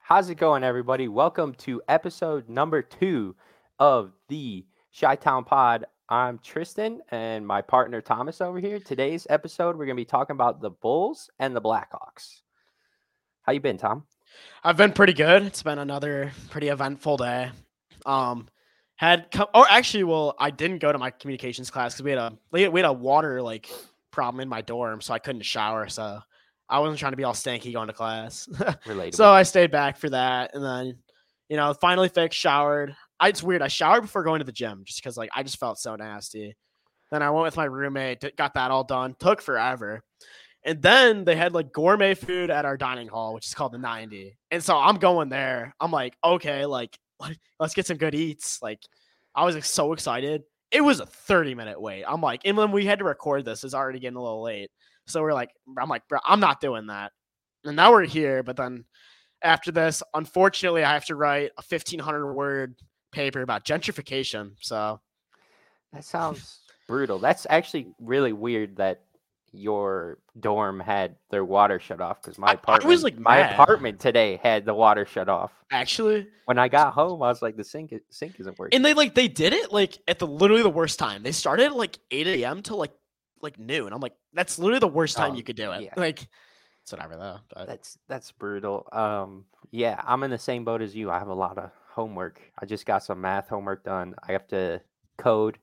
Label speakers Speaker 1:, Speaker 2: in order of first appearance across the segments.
Speaker 1: How's it going, everybody? Welcome to episode number two of the Chi Town Pod. I'm Tristan and my partner Thomas over here. Today's episode, we're going to be talking about the Bulls and the Blackhawks. How you been, Tom?
Speaker 2: I've been pretty good. It's been another pretty eventful day. Um, had come or actually, well, I didn't go to my communications class because we had a we had we had a water like problem in my dorm, so I couldn't shower. So I wasn't trying to be all stanky going to class.
Speaker 1: Relatable.
Speaker 2: so I stayed back for that, and then you know finally fixed, showered. I, it's weird. I showered before going to the gym just because like I just felt so nasty. Then I went with my roommate, d- got that all done. Took forever. And then they had like gourmet food at our dining hall, which is called the 90. And so I'm going there. I'm like, okay, like let's get some good eats. Like I was like, so excited. It was a 30 minute wait. I'm like, and when we had to record this, it's already getting a little late. So we're like, I'm like, bro, I'm not doing that. And now we're here. But then after this, unfortunately, I have to write a 1500 word paper about gentrification. So
Speaker 1: that sounds brutal. That's actually really weird that your dorm had their water shut off because my
Speaker 2: I- I
Speaker 1: apartment
Speaker 2: was, like,
Speaker 1: my
Speaker 2: mad.
Speaker 1: apartment today had the water shut off.
Speaker 2: actually,
Speaker 1: When I got home, I was like, the sink is- sink isn't working.
Speaker 2: and they like they did it like at the literally the worst time. They started at like 8 a.m. to like like noon. I'm like, that's literally the worst time
Speaker 1: Oh,
Speaker 2: you could do it.
Speaker 1: yeah.
Speaker 2: Like it's whatever though. But
Speaker 1: That's that's brutal. Um, yeah, I'm in the same boat as you. I have a lot of homework. I just got some math homework done. I have to code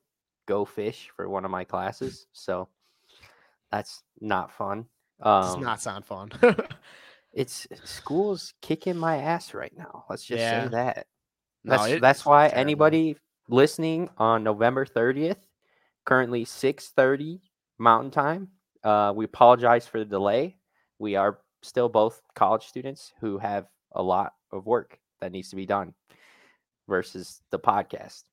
Speaker 1: Go Fish for one of my classes, so that's not fun.
Speaker 2: it does
Speaker 1: Um,
Speaker 2: not sound fun.
Speaker 1: it's school's kicking my ass right now. Let's just
Speaker 2: Yeah.
Speaker 1: say that.
Speaker 2: No,
Speaker 1: That's
Speaker 2: it-
Speaker 1: that's why
Speaker 2: terrible.
Speaker 1: anybody listening on November 30th, currently 6:30 Mountain Time. Uh, we apologize for the delay. We are still both college students who have a lot of work that needs to be done versus the podcast.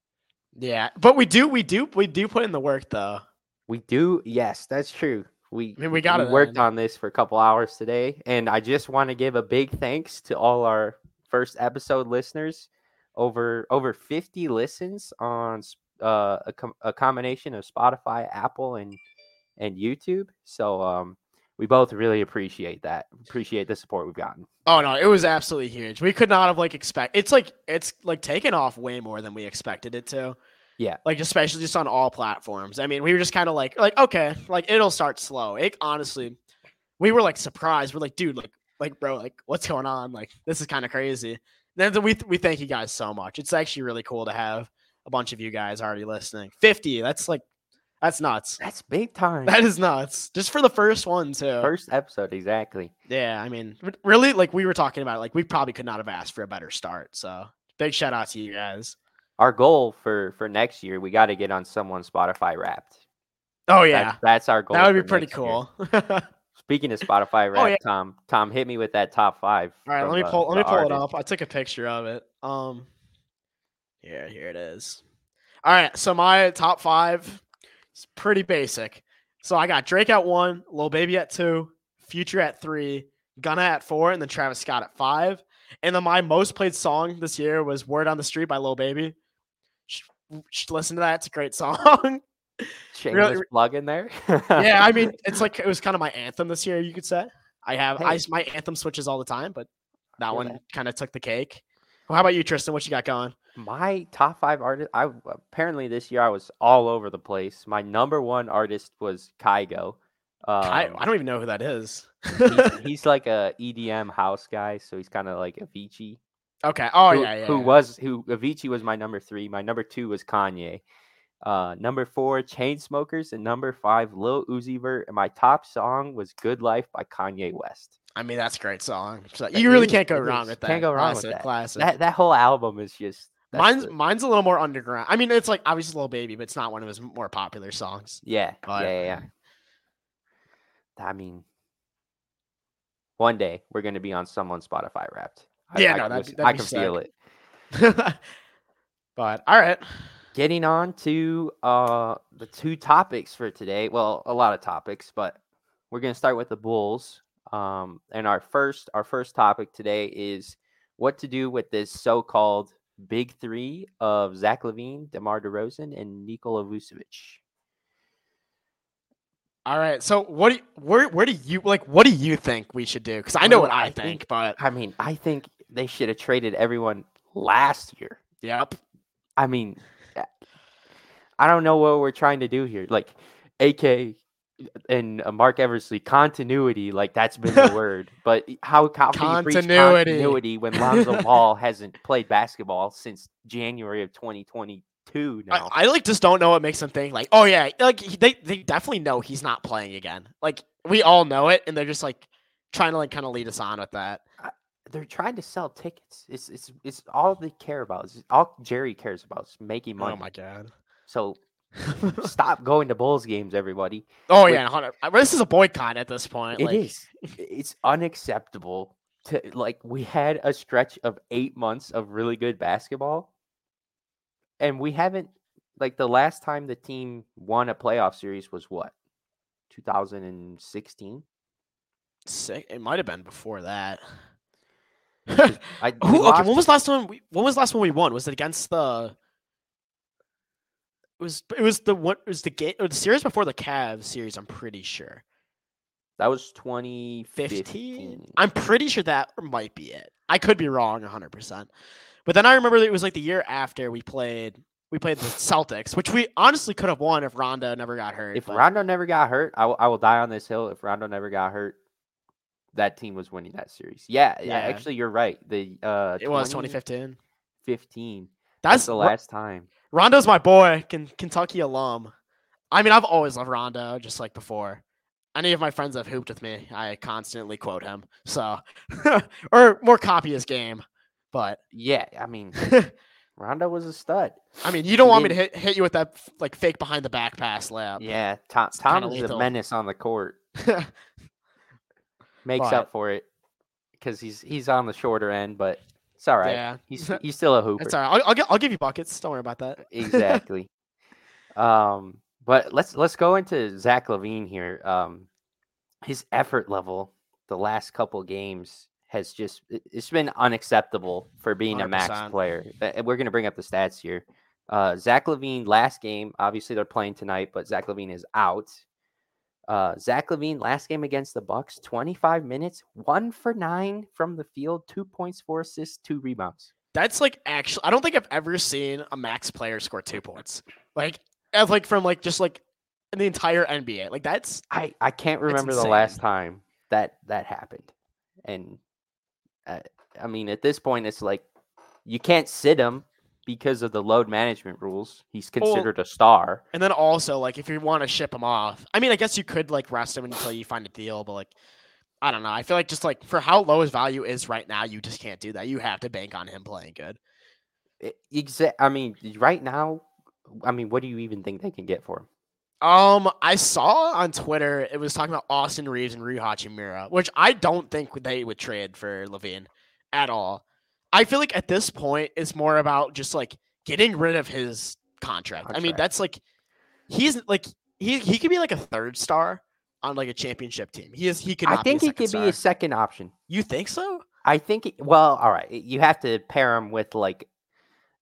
Speaker 2: yeah. But we do we do we do put in the work though.
Speaker 1: We do, yes, that's true. We
Speaker 2: I mean, we got it
Speaker 1: worked
Speaker 2: in.
Speaker 1: on this for a couple hours today, and I just want to give a big thanks to all our first episode listeners. Over over fifty listens on s- uh, a, com- a combination of Spotify, Apple, and and YouTube. So um, we both really appreciate that. Appreciate the support we've gotten.
Speaker 2: Oh no, it was absolutely huge. We could not have like expect. It's like it's like taken off way more than we expected it to.
Speaker 1: Yeah.
Speaker 2: Like especially just on all platforms. I mean, we were just kind of like like okay, like it'll start slow. It honestly, we were like surprised. We're like, dude, like like bro, like what's going on? Like this is kind of crazy. Then we we thank you guys so much. It's actually really cool to have a bunch of you guys already listening. Fifty. That's like that's nuts.
Speaker 1: That's big time.
Speaker 2: That is nuts. Just for the first one too.
Speaker 1: First episode, exactly.
Speaker 2: Yeah, I mean, r- really, like we were talking about, like we probably could not have asked for a better start. So big shout out to you guys.
Speaker 1: Our goal for for next year, we got to get on someone Spotify Wrapped.
Speaker 2: Oh
Speaker 1: That-
Speaker 2: yeah,
Speaker 1: that's our goal.
Speaker 2: that would be
Speaker 1: for
Speaker 2: pretty
Speaker 1: next year.
Speaker 2: cool. All
Speaker 1: Speaking of Spotify, rap,
Speaker 2: Oh, yeah.
Speaker 1: Tom, Tom, hit me with that top five.
Speaker 2: right,
Speaker 1: from
Speaker 2: let me
Speaker 1: the-
Speaker 2: pull. Let
Speaker 1: the
Speaker 2: me pull it
Speaker 1: artist.
Speaker 2: up. I took a picture of it. Um, here, here it is. All right, so my top five is pretty basic. So I got Drake at one, Lil Baby at two, Future at three, Gunna at four, and then Travis Scott at five. And then my most played song this year was "Word on the Street" by Lil Baby. Sh- sh- Listen to that; it's a great song.
Speaker 1: Shameless
Speaker 2: re-
Speaker 1: plug in there.
Speaker 2: yeah, I mean, it's like it was kind of my anthem this year, you could say. I have I
Speaker 1: Hey.
Speaker 2: s my anthem switches all the time, but that
Speaker 1: feel
Speaker 2: one
Speaker 1: that.
Speaker 2: kind of took the cake. Well, how about you, Tristan? What you got going?
Speaker 1: my top five artists. I apparently this year I was all over the place. My number one artist was Kygo. Um,
Speaker 2: I, I don't even know who that is.
Speaker 1: he's, he's like a EDM house guy, so he's kind of like Avicii.
Speaker 2: okay. Oh
Speaker 1: who,
Speaker 2: yeah, yeah.
Speaker 1: who
Speaker 2: yeah.
Speaker 1: was who Avicii was my number three. My number two was Kanye. Uh, number four, Chainsmokers, and number five, Lil Uzi Vert. And my top song was "Good Life" by Kanye West.
Speaker 2: I mean, that's a great song. So
Speaker 1: That
Speaker 2: you really
Speaker 1: is-
Speaker 2: can't go
Speaker 1: it
Speaker 2: wrong
Speaker 1: is.
Speaker 2: with that.
Speaker 1: Can't go wrong with
Speaker 2: classic,
Speaker 1: that.
Speaker 2: Classic.
Speaker 1: That that whole album is just that's
Speaker 2: mine's
Speaker 1: the-
Speaker 2: mine's a little more underground. I mean, it's like obviously Little Baby, but it's not one of his more popular songs.
Speaker 1: yeah,
Speaker 2: but-
Speaker 1: yeah, yeah, yeah. I mean, one day we're gonna be on someone's Spotify Wrapped. I,
Speaker 2: Yeah,
Speaker 1: I can,
Speaker 2: no, that'd
Speaker 1: listen-
Speaker 2: be- that'd
Speaker 1: I
Speaker 2: be
Speaker 1: can feel it.
Speaker 2: but all right.
Speaker 1: Getting on to uh the two topics for today. Well, a lot of topics, but we're gonna start with the Bulls. Um, and our first our first topic today is what to do with this so-called big three of Zach Levine, DeMar DeRozan, and Nikola Vucevic.
Speaker 2: All right. So what do you, where where do you like what do you think we should do? Cuz I know
Speaker 1: Well,
Speaker 2: what I,
Speaker 1: I think-
Speaker 2: think, but
Speaker 1: I mean, I think They should have traded everyone last year.
Speaker 2: Yep.
Speaker 1: I mean, I don't know what we're trying to do here. Like, AK and uh, Mark Eversley, continuity, like that's been the word. But e, how, how can you preach
Speaker 2: Continuity.
Speaker 1: continuity when Lonzo Ball hasn't played basketball since January of 2022 now?
Speaker 2: I, I like just don't know what makes them think like, oh yeah, like he- they they definitely know he's not playing again. Like we all know it, and they're just like trying to like kind of lead us on with that.
Speaker 1: They're trying to sell tickets. It's it's it's all they care about. It's all Jerry cares about is making money.
Speaker 2: Oh my god.
Speaker 1: So stop going to Bulls games, everybody.
Speaker 2: oh
Speaker 1: Wait.
Speaker 2: yeah, 100. I- this is a boycott at this point.
Speaker 1: It
Speaker 2: like,
Speaker 1: is. It's unacceptable to like we had a stretch of 8 months of really good basketball and we haven't like the last time the team won a playoff series was what? 2016.
Speaker 2: Sick. It might have been before that.
Speaker 1: I we
Speaker 2: Who, okay,
Speaker 1: lost-
Speaker 2: when was last time? We, when was last one we won? Was it against the? It was it was the what it was the game the series before the Cavs series? I'm pretty sure.
Speaker 1: that was
Speaker 2: 15
Speaker 1: 2015.
Speaker 2: i'm pretty sure that might be it i could be wrong 100% but then i remember that it was like the year after we played we played the celtics which we honestly could have won if Rondo never got hurt
Speaker 1: If
Speaker 2: but
Speaker 1: Rondo never got hurt, I will- I will die on this hill. If Rondo never got hurt, that team was winning that series. Yeah, yeah.
Speaker 2: Yeah.
Speaker 1: actually, you're right. The uh,
Speaker 2: it was 2015
Speaker 1: 2015.
Speaker 2: that's,
Speaker 1: That's the
Speaker 2: Ro-
Speaker 1: last time.
Speaker 2: rondo's my boy Ken- kentucky alum i mean i've always loved rondo just like before any of my friends that have hooped with me i constantly quote him so or more copy his game but
Speaker 1: Yeah, I mean, Rondo was a stud.
Speaker 2: i mean you don't
Speaker 1: He
Speaker 2: want me to
Speaker 1: didn't-
Speaker 2: hit, hit you with that like fake behind the back pass layup
Speaker 1: Uh, Yeah, Tom,
Speaker 2: It's kinda
Speaker 1: Tom is a
Speaker 2: lethal.
Speaker 1: menace on the court. Makes
Speaker 2: But-
Speaker 1: up for it because he's he's on the shorter end, but it's all right.
Speaker 2: Yeah,
Speaker 1: He's he's still a hooper.
Speaker 2: it's all right. I'll, I'll, gi- I'll give you buckets. Don't worry about that.
Speaker 1: exactly. Um, but let's let's go into Zach Levine here. Um, his effort level the last couple games has just it- it's been unacceptable for being a max
Speaker 2: 100%.
Speaker 1: player. Uh, We're gonna bring up the stats here. Uh, Zach Levine last game, obviously they're playing tonight, but Zach Levine is out. Uh, Zach Levine last game against the Bucks, 25 minutes, one for nine from the field, two points, four assists, two rebounds.
Speaker 2: That's like actually, I don't think I've ever seen a max player score two points. Like, as like from like just like in the entire NBA. Like that's
Speaker 1: I I can't remember the last
Speaker 2: insane.
Speaker 1: time that that happened, and uh, I mean at this point it's like you can't sit him because of the load management rules. He's
Speaker 2: Well-
Speaker 1: considered a star.
Speaker 2: and then also like if you want to ship him off. I mean, I guess you could like rest him until you find a deal, but like I don't know. I feel like just like for how low his value is right now, you just can't do that. You have to bank on him playing good.
Speaker 1: I- Exa- I mean, right now, I mean, what do you even think they can get for him?
Speaker 2: Um, I saw on Twitter it was talking about Austin Reeves and Ryu Hachimura, which I don't think would- they would trade for Levine at all. I feel like at this point it's more about just like getting rid of his contract. I mean,
Speaker 1: Contract.
Speaker 2: that's like he's like he he could be like a third star on like a championship team. He is he could.
Speaker 1: I
Speaker 2: not be a
Speaker 1: think he
Speaker 2: second
Speaker 1: could be a
Speaker 2: star.
Speaker 1: second option.
Speaker 2: You think so?
Speaker 1: I think. It, well, all right, you have to pair him with like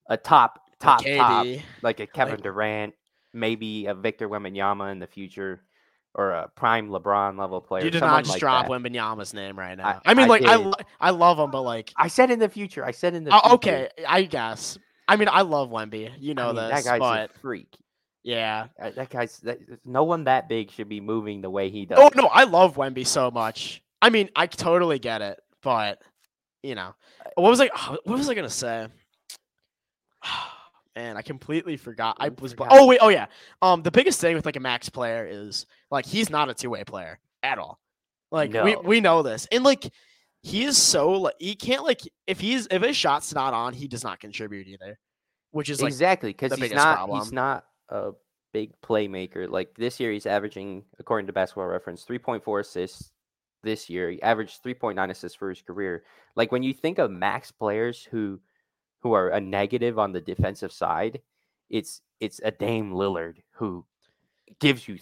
Speaker 1: a top top top
Speaker 2: KD.
Speaker 1: like a Kevin Durant, maybe a Victor Wembanyama in the future, or a prime LeBron level player.
Speaker 2: You did
Speaker 1: someone
Speaker 2: not just
Speaker 1: like
Speaker 2: drop
Speaker 1: that.
Speaker 2: Wembanyama's name right now.
Speaker 1: I-
Speaker 2: I, mean,
Speaker 1: I
Speaker 2: like I
Speaker 1: did.
Speaker 2: lo- I love him, but like
Speaker 1: I said in the future. I said in the
Speaker 2: oh,
Speaker 1: future.
Speaker 2: okay, I guess. I mean, I love Wemby. You
Speaker 1: I
Speaker 2: know
Speaker 1: mean, that
Speaker 2: this,
Speaker 1: guy's
Speaker 2: but
Speaker 1: a freak.
Speaker 2: Yeah.
Speaker 1: Uh, That guy's that, no one that big should be moving the way he does.
Speaker 2: Oh no, I love Wemby so much. I mean, I totally get it, but you know, what was I? What was I gonna say? Man, I completely forgot. I
Speaker 1: You
Speaker 2: was.
Speaker 1: forgot.
Speaker 2: Oh wait. Oh yeah. Um, the biggest thing with like a max player is like he's not a two way player at all. Like we
Speaker 1: No.
Speaker 2: we know this, and like he is so like he can't like if he's if his shot's not on, he does not contribute either, which is like
Speaker 1: exactly because
Speaker 2: the
Speaker 1: he's
Speaker 2: biggest
Speaker 1: not he's
Speaker 2: problem.
Speaker 1: not a big playmaker. Like this year, he's averaging, according to Basketball Reference, three point four assists. This year, he averaged three point nine assists for his career. Like when you think of max players who who are a negative on the defensive side, it's it's a Dame Lillard who gives you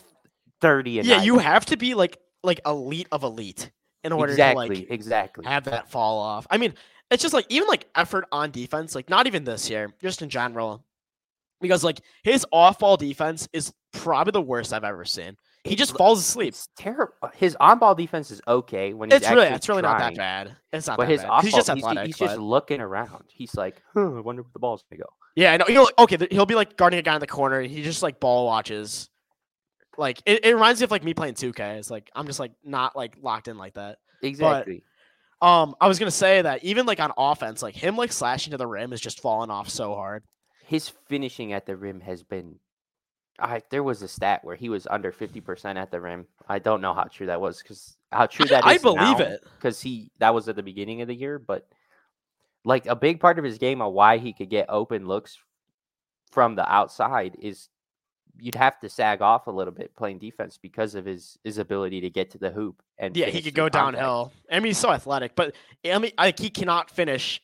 Speaker 1: thirty. A
Speaker 2: yeah,
Speaker 1: night.
Speaker 2: you have to be like like elite of elite in order
Speaker 1: exactly
Speaker 2: to like
Speaker 1: exactly.
Speaker 2: have that fall off. I mean, it's just like even like effort on defense, like not even this year, just in general. Because like his off ball defense is probably the worst I've ever seen. He just falls asleep.
Speaker 1: It's terrible. His on-ball defense is okay when he's
Speaker 2: It's really,
Speaker 1: actually
Speaker 2: it's really not that
Speaker 1: trying,
Speaker 2: bad. It's not
Speaker 1: But
Speaker 2: that
Speaker 1: his
Speaker 2: bad. 'cause
Speaker 1: off-ball,
Speaker 2: He's just
Speaker 1: he's,
Speaker 2: athletic.
Speaker 1: he's just
Speaker 2: but-
Speaker 1: looking around. He's like, huh, I wonder where the ball's gonna go.
Speaker 2: yeah, I know. He'll, okay, th- he'll be like guarding a guy in the corner. He just like ball watches. Like it, it reminds me of like me playing 2K. It's like I'm just like not like locked in like that.
Speaker 1: Exactly.
Speaker 2: Um, I was gonna say that even like on offense, like him like slashing to the rim is just falling off so hard.
Speaker 1: his finishing at the rim has been. I there was a stat where he was under fifty percent at the rim. I don't know how true that was because how true that is.
Speaker 2: I believe
Speaker 1: now,
Speaker 2: it.
Speaker 1: because he that was at the beginning of the year, but like a big part of his game on why he could get open looks from the outside is you'd have to sag off a little bit playing defense because of his his ability to get to the hoop and
Speaker 2: Yeah, he
Speaker 1: finish
Speaker 2: could
Speaker 1: through
Speaker 2: go
Speaker 1: contact.
Speaker 2: downhill. I mean, he's so athletic, but I mean, like he cannot finish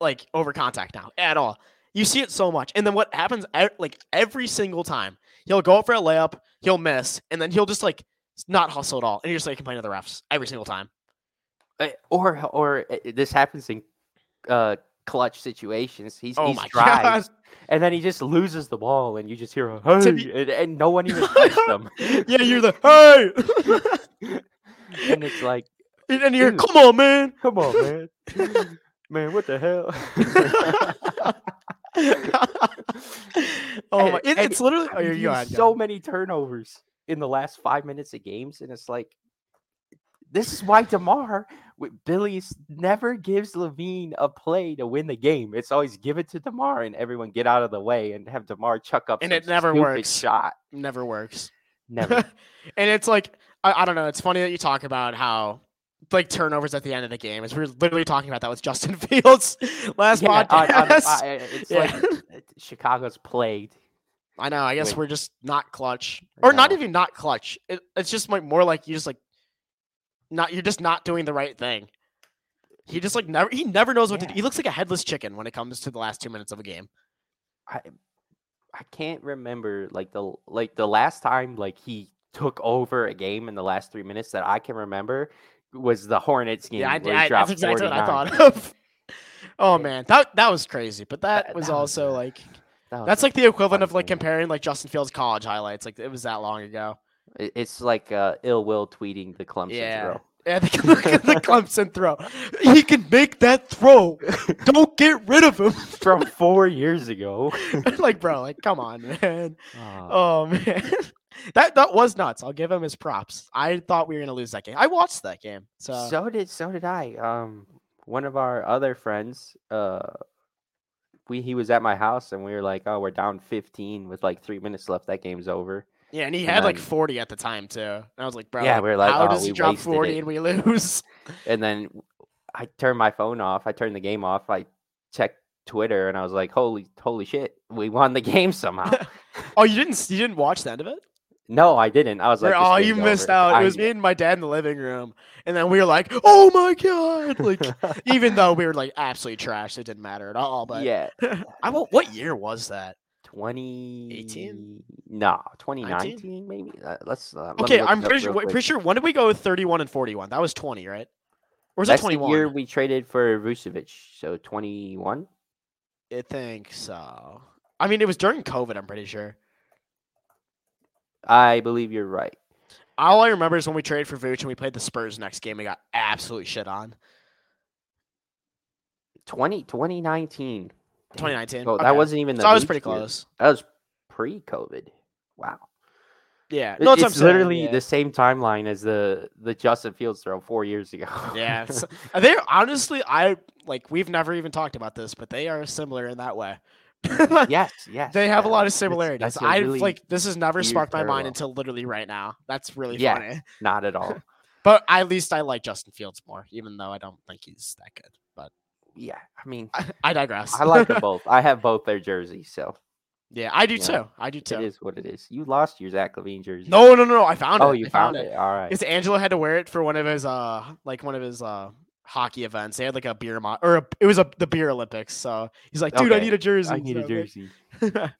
Speaker 2: like over contact now at all. You see it so much, and then what happens? e- Like every single time, he'll go up for a layup, he'll miss, and then he'll just like s- not hustle at all, and he just like complain to the refs every single time.
Speaker 1: Uh, or or uh, this happens in uh clutch situations. He's
Speaker 2: Oh
Speaker 1: he's
Speaker 2: my God.
Speaker 1: drives, and then he just loses the ball, and you just hear a hey,
Speaker 2: To be-
Speaker 1: and, and no one even touched him.
Speaker 2: Yeah, you're the hey,
Speaker 1: and it's like,
Speaker 2: and then you're
Speaker 1: Dude.
Speaker 2: come on, man.
Speaker 1: come on, man, man, what the hell?
Speaker 2: oh
Speaker 1: And-
Speaker 2: my! It,
Speaker 1: and
Speaker 2: it's literally. Oh,
Speaker 1: I've
Speaker 2: you're,
Speaker 1: used
Speaker 2: you go ahead, go
Speaker 1: so
Speaker 2: ahead.
Speaker 1: many turnovers in the last five minutes of games, and it's like this is why Demar with Billy's never gives Levine a play to win the game. It's always give it to Demar and everyone get out of the way and have Demar chuck up
Speaker 2: And
Speaker 1: some
Speaker 2: it never
Speaker 1: stupid
Speaker 2: works.
Speaker 1: shot.
Speaker 2: never works.
Speaker 1: Never.
Speaker 2: and it's like I, I don't know. It's funny that you talk about how like turnovers at the end of the game. As we were literally talking about that with Justin Fields last
Speaker 1: Yeah, on- on-
Speaker 2: podcast.
Speaker 1: I- I- it's like
Speaker 2: Yeah.
Speaker 1: uh, Chicago's plagued.
Speaker 2: I know. I guess
Speaker 1: Wait.
Speaker 2: we're just not clutch, or not
Speaker 1: No.
Speaker 2: even not clutch. It, it's just like more like you just like not. You're just not doing the right thing. He just like never. He never knows what to do.
Speaker 1: Yeah.
Speaker 2: He looks like a headless chicken when it comes to the last two minutes of a game.
Speaker 1: I can't remember like the like the last time like he took over a game in the last three minutes that I can remember was the Hornets game.
Speaker 2: Yeah, I,
Speaker 1: where he
Speaker 2: I,
Speaker 1: dropped
Speaker 2: that's exactly what I
Speaker 1: 49.
Speaker 2: thought of. Oh
Speaker 1: Yeah.
Speaker 2: man, that that was crazy. But that,
Speaker 1: That-
Speaker 2: was
Speaker 1: that was
Speaker 2: also
Speaker 1: a-
Speaker 2: like
Speaker 1: That was
Speaker 2: That's like the equivalent
Speaker 1: fun
Speaker 2: of like
Speaker 1: thing.
Speaker 2: comparing like Justin Fields college highlights. Like it was that long ago.
Speaker 1: It- It's like uh, ill will tweeting the Clemson
Speaker 2: Yeah.
Speaker 1: throw.
Speaker 2: Yeah, the, the Clemson throw. He can make that throw. Don't get rid of him.
Speaker 1: from four years ago.
Speaker 2: like, bro, like, come on, man.
Speaker 1: Uh,
Speaker 2: Oh man. That that was nuts. I'll give him his props. I thought we were gonna lose that game. I watched that game. So,
Speaker 1: so did so did I. Um, one of our other friends, uh, we he was at my house and we were like, oh, we're down fifteen with like three minutes left. That game's over.
Speaker 2: yeah, and he
Speaker 1: and
Speaker 2: had like
Speaker 1: then-
Speaker 2: 40 at the time too. And I was like, bro,
Speaker 1: Yeah, we were like,
Speaker 2: how
Speaker 1: oh,
Speaker 2: does he
Speaker 1: we
Speaker 2: drop
Speaker 1: wasted
Speaker 2: 40
Speaker 1: it.
Speaker 2: and we lose?
Speaker 1: And then I turned my phone off. I turned the game off. I checked Twitter and I was like, holy holy shit, we won the game somehow.
Speaker 2: Oh, you didn't you didn't watch the end of it?
Speaker 1: no, I didn't. I was like,
Speaker 2: We're-
Speaker 1: "This
Speaker 2: oh, you
Speaker 1: game's
Speaker 2: missed
Speaker 1: over."
Speaker 2: out.
Speaker 1: I
Speaker 2: It was me and my dad in the living room, and then we were like, "Oh my god!" Like, even though we were like absolutely trashed, it didn't matter at all. But
Speaker 1: yeah,
Speaker 2: I won't, what year was that?
Speaker 1: 20 No, 2019 maybe. Uh, let's uh, let me
Speaker 2: Okay,
Speaker 1: look
Speaker 2: I'm
Speaker 1: it up
Speaker 2: pretty sure,
Speaker 1: real
Speaker 2: wait,
Speaker 1: quick.
Speaker 2: pretty sure. When did we go 31 and 41? That was 20, right? Or was that
Speaker 1: That's the
Speaker 2: 21?
Speaker 1: year we traded for Vucevic, so 21.
Speaker 2: I think so. I mean, it was during COVID. I'm pretty sure.
Speaker 1: I believe you're right.
Speaker 2: All I remember is when we traded for Vooch and we played the Spurs next game. We got absolute shit on.
Speaker 1: 20 2019. Damn.
Speaker 2: 2019.
Speaker 1: Oh, that
Speaker 2: Okay.
Speaker 1: wasn't even the
Speaker 2: So I was
Speaker 1: Vooch
Speaker 2: pretty
Speaker 1: year.
Speaker 2: close.
Speaker 1: That was pre-COVID. Wow.
Speaker 2: Yeah.
Speaker 1: It-
Speaker 2: No,
Speaker 1: it's
Speaker 2: that's what I'm saying,
Speaker 1: literally
Speaker 2: yeah.
Speaker 1: the same timeline as the the Justin Fields throw 4 years ago.
Speaker 2: Yeah, it's, they honestly, I like we've never even talked about this, but they are similar in that way.
Speaker 1: yes, yes.
Speaker 2: they have a
Speaker 1: yeah.
Speaker 2: lot of
Speaker 1: That's-
Speaker 2: similarities.
Speaker 1: that's a
Speaker 2: I
Speaker 1: really-
Speaker 2: like this has never
Speaker 1: weird
Speaker 2: sparked my mind
Speaker 1: parallel.
Speaker 2: until literally right now. That's really
Speaker 1: Yeah.
Speaker 2: funny.
Speaker 1: not at all.
Speaker 2: But at least I like Justin Fields more, even though I don't think he's that good. But
Speaker 1: Yeah, I mean,
Speaker 2: I, I digress.
Speaker 1: I like them both. I have both their jerseys, so
Speaker 2: yeah, I do
Speaker 1: you know,
Speaker 2: too. I do
Speaker 1: it
Speaker 2: too.
Speaker 1: is what it is. You lost your Zach Levine jersey.
Speaker 2: No, no, no, no. I found it.
Speaker 1: Oh, you
Speaker 2: I
Speaker 1: found, it. All right.
Speaker 2: Because Angelo had to wear it for one of his uh like one of his uh hockey events. They had like a beer mo- or a, it was a the beer Olympics. So he's like, dude, I
Speaker 1: Okay,
Speaker 2: need a jersey.
Speaker 1: I need
Speaker 2: So
Speaker 1: a
Speaker 2: I'm like,
Speaker 1: jersey.
Speaker 2: but,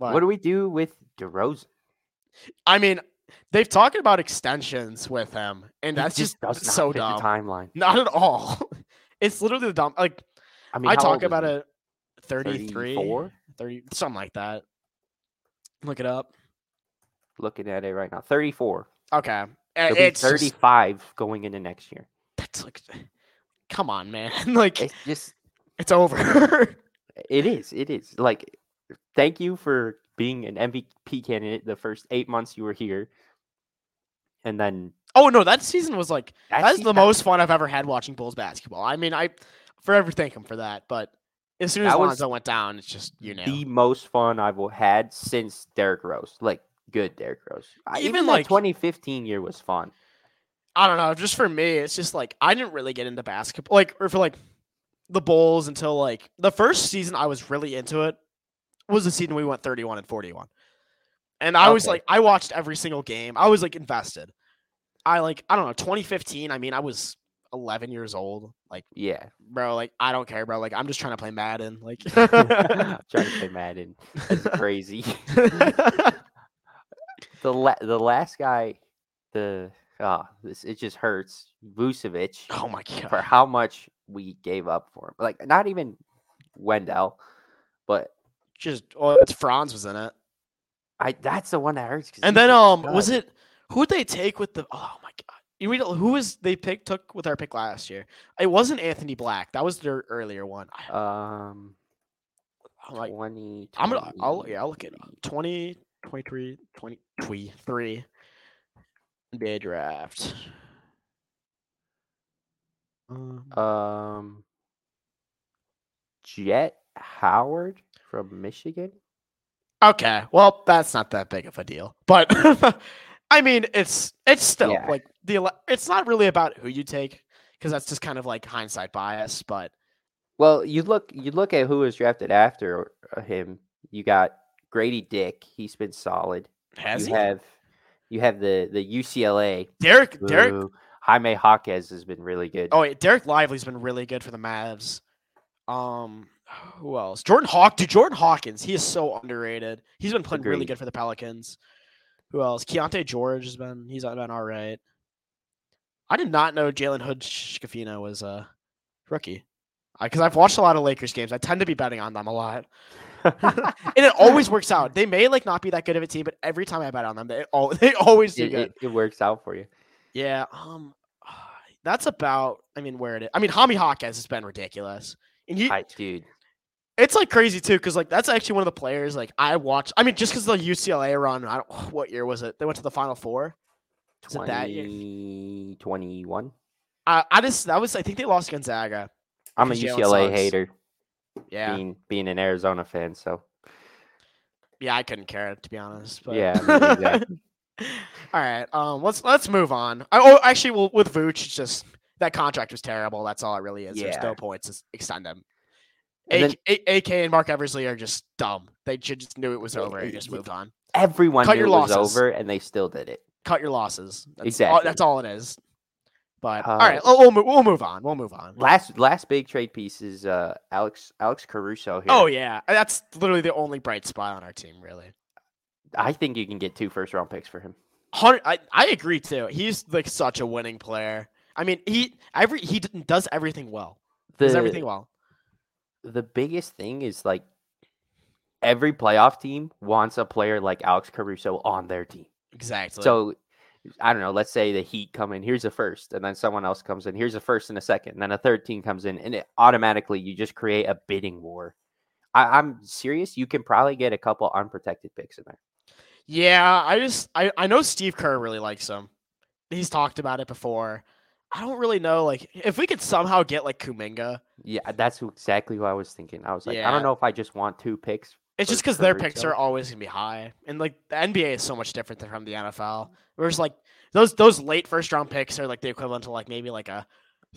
Speaker 1: What do we do with DeRozan?
Speaker 2: I mean, they've talked about extensions with him, and
Speaker 1: He
Speaker 2: that's just,
Speaker 1: does not
Speaker 2: so
Speaker 1: fit
Speaker 2: dumb.
Speaker 1: The timeline.
Speaker 2: Not at all. it's literally the dumb. Like
Speaker 1: I
Speaker 2: I,
Speaker 1: mean, how
Speaker 2: talk
Speaker 1: old is
Speaker 2: about
Speaker 1: he?
Speaker 2: it, 33,
Speaker 1: 34?
Speaker 2: 30, something like that. Look it up.
Speaker 1: looking at it right now. 34.
Speaker 2: Okay. Uh,
Speaker 1: It'll
Speaker 2: It's
Speaker 1: be
Speaker 2: just-
Speaker 1: 35 going into next year.
Speaker 2: that's like, come on, man. like
Speaker 1: It's just
Speaker 2: it's over.
Speaker 1: it is. It is. Like thank you for being an MVP candidate the first 8 months you were here. And then
Speaker 2: oh no, that season was like that's
Speaker 1: see-
Speaker 2: the most fun I've ever had watching Bulls basketball. I mean, I forever thank him for that. But as soon as
Speaker 1: That was
Speaker 2: Lonzo went down, it's just you know.
Speaker 1: the most fun I've had since Derrick Rose. Like good Derrick Rose. I-
Speaker 2: Even,
Speaker 1: Even, even
Speaker 2: like-
Speaker 1: like 2015 year was fun.
Speaker 2: I don't know. Just for me, it's just like I didn't really get into basketball, like or for like the Bulls until like the first season. I was really into it. Was the season we went thirty-one and forty-one, and I was
Speaker 1: Okay.
Speaker 2: like, I watched every single game. I was like invested. I like I don't know. Twenty fifteen. I mean, I was eleven years old. Like,
Speaker 1: Yeah.
Speaker 2: bro, like I don't care, bro. Like I'm just trying to play Madden. Like,
Speaker 1: trying to play Madden. That's crazy. the la- the last guy, the ah, this it just hurts. Vucevic
Speaker 2: oh my god.
Speaker 1: for how much we gave up for him. Like not even Wendell, but
Speaker 2: Just oh, it's Franz was in it.
Speaker 1: I that's the one that hurts. 'cause
Speaker 2: And
Speaker 1: he's
Speaker 2: then
Speaker 1: a
Speaker 2: um was
Speaker 1: stud.
Speaker 2: it who'd they take with the oh my god. You mean who was they picked took with our pick last year? It wasn't Anthony Black. That was their earlier one. I,
Speaker 1: um
Speaker 2: I'm like
Speaker 1: 20,
Speaker 2: I'm gonna I'll
Speaker 1: 20
Speaker 2: yeah, I'll look it up. 20, 23, 23 NBA draft. Um,
Speaker 1: um Jet Howard from Michigan.
Speaker 2: okay. Well, that's not that big of a deal. But I mean, it's it's still
Speaker 1: Yeah.
Speaker 2: like the ele- it's not really about who you take because that's just kind of like hindsight bias, but
Speaker 1: Well, you look you look at who was drafted after uh, him. You got Grady Dick. He's been solid.
Speaker 2: has
Speaker 1: you have you have the the UCLA.
Speaker 2: Derek Derek
Speaker 1: who Jaime Jaquez has been really good.
Speaker 2: Oh, wait, Derek Lively's been really good for the Mavs. Um, who else? Jordan Hawk, dude. Jordan Hawkins, he is so underrated. He's been playing really
Speaker 1: Agreed.
Speaker 2: good for the Pelicans. Who else? Keontae George has been. He's been all right. I did not know Jalen Hood Shkafino was a rookie because I've watched a lot of Lakers games. I tend to be betting on them a lot, and it always works out. They may like not be that good of a team, but every time I bet on them, they all they always do
Speaker 1: it,
Speaker 2: good.
Speaker 1: it, it works out for you.
Speaker 2: Yeah, um, that's about. I mean, where it is. I mean, Hami Hawkins has been ridiculous, and he,
Speaker 1: I, dude,
Speaker 2: it's like crazy too, because like that's actually one of the players like I watched. I mean, just because the UCLA run, I don't. What year was it? They went to the Final Four. Is it that year?
Speaker 1: 20, 21.
Speaker 2: I, I just that was. I think they lost Gonzaga.
Speaker 1: I'm a
Speaker 2: Because Jalen
Speaker 1: UCLA
Speaker 2: sucks.
Speaker 1: hater,
Speaker 2: Yeah,
Speaker 1: being being an Arizona fan. So
Speaker 2: yeah, I couldn't care to be honest. But.
Speaker 1: Yeah, I mean, exactly.
Speaker 2: All right, um, let's let's move on. I, oh, actually, well, with Vooch, it's just that contract was terrible. That's all it really is. There's no
Speaker 1: Yeah.
Speaker 2: points. Just extend them.
Speaker 1: And
Speaker 2: AK,
Speaker 1: then-
Speaker 2: A- AK and Mark Eversley are just dumb. They ju- just knew it was
Speaker 1: Yeah,
Speaker 2: over and
Speaker 1: y-
Speaker 2: just
Speaker 1: y-
Speaker 2: moved on.
Speaker 1: everyone
Speaker 2: Cut
Speaker 1: knew
Speaker 2: your
Speaker 1: it was
Speaker 2: losses.
Speaker 1: over, and they still did it.
Speaker 2: Cut your losses. That's All,
Speaker 1: Exactly.
Speaker 2: that's all it is. But all
Speaker 1: Uh,
Speaker 2: right, we'll, we'll, mo- we'll move on. We'll move on.
Speaker 1: Last last big trade piece is uh, Alex Alex Caruso here.
Speaker 2: Oh yeah, that's literally the only bright spot on our team, really.
Speaker 1: I think you can get two first round picks for him.
Speaker 2: Hundred, I, I agree too. He's like such a winning player. I mean, he every he d- does everything well.
Speaker 1: The
Speaker 2: does everything well.
Speaker 1: the biggest thing is like every playoff team wants a player like Alex Caruso on their team.
Speaker 2: Exactly.
Speaker 1: So I don't know, let's say the Heat come in, here's a first, and then someone else comes in, here's a first and a second, and then a third team comes in, and it automatically you just create a bidding war. I, I'm serious, you can probably get a couple unprotected picks in there.
Speaker 2: Yeah, I just I, I know Steve Kerr really likes him. He's talked about it before. I don't really know like if we could somehow get like Kuminga.
Speaker 1: Yeah, uh, that's who- exactly what I was thinking. I was like, I
Speaker 2: Yeah.
Speaker 1: don't know if I just want two picks.
Speaker 2: It's
Speaker 1: For
Speaker 2: just because their picks
Speaker 1: Caruso?
Speaker 2: are always gonna be high, and like the NBA is so much different than from the NFL. Whereas like those those late first round picks are like the equivalent to like maybe like a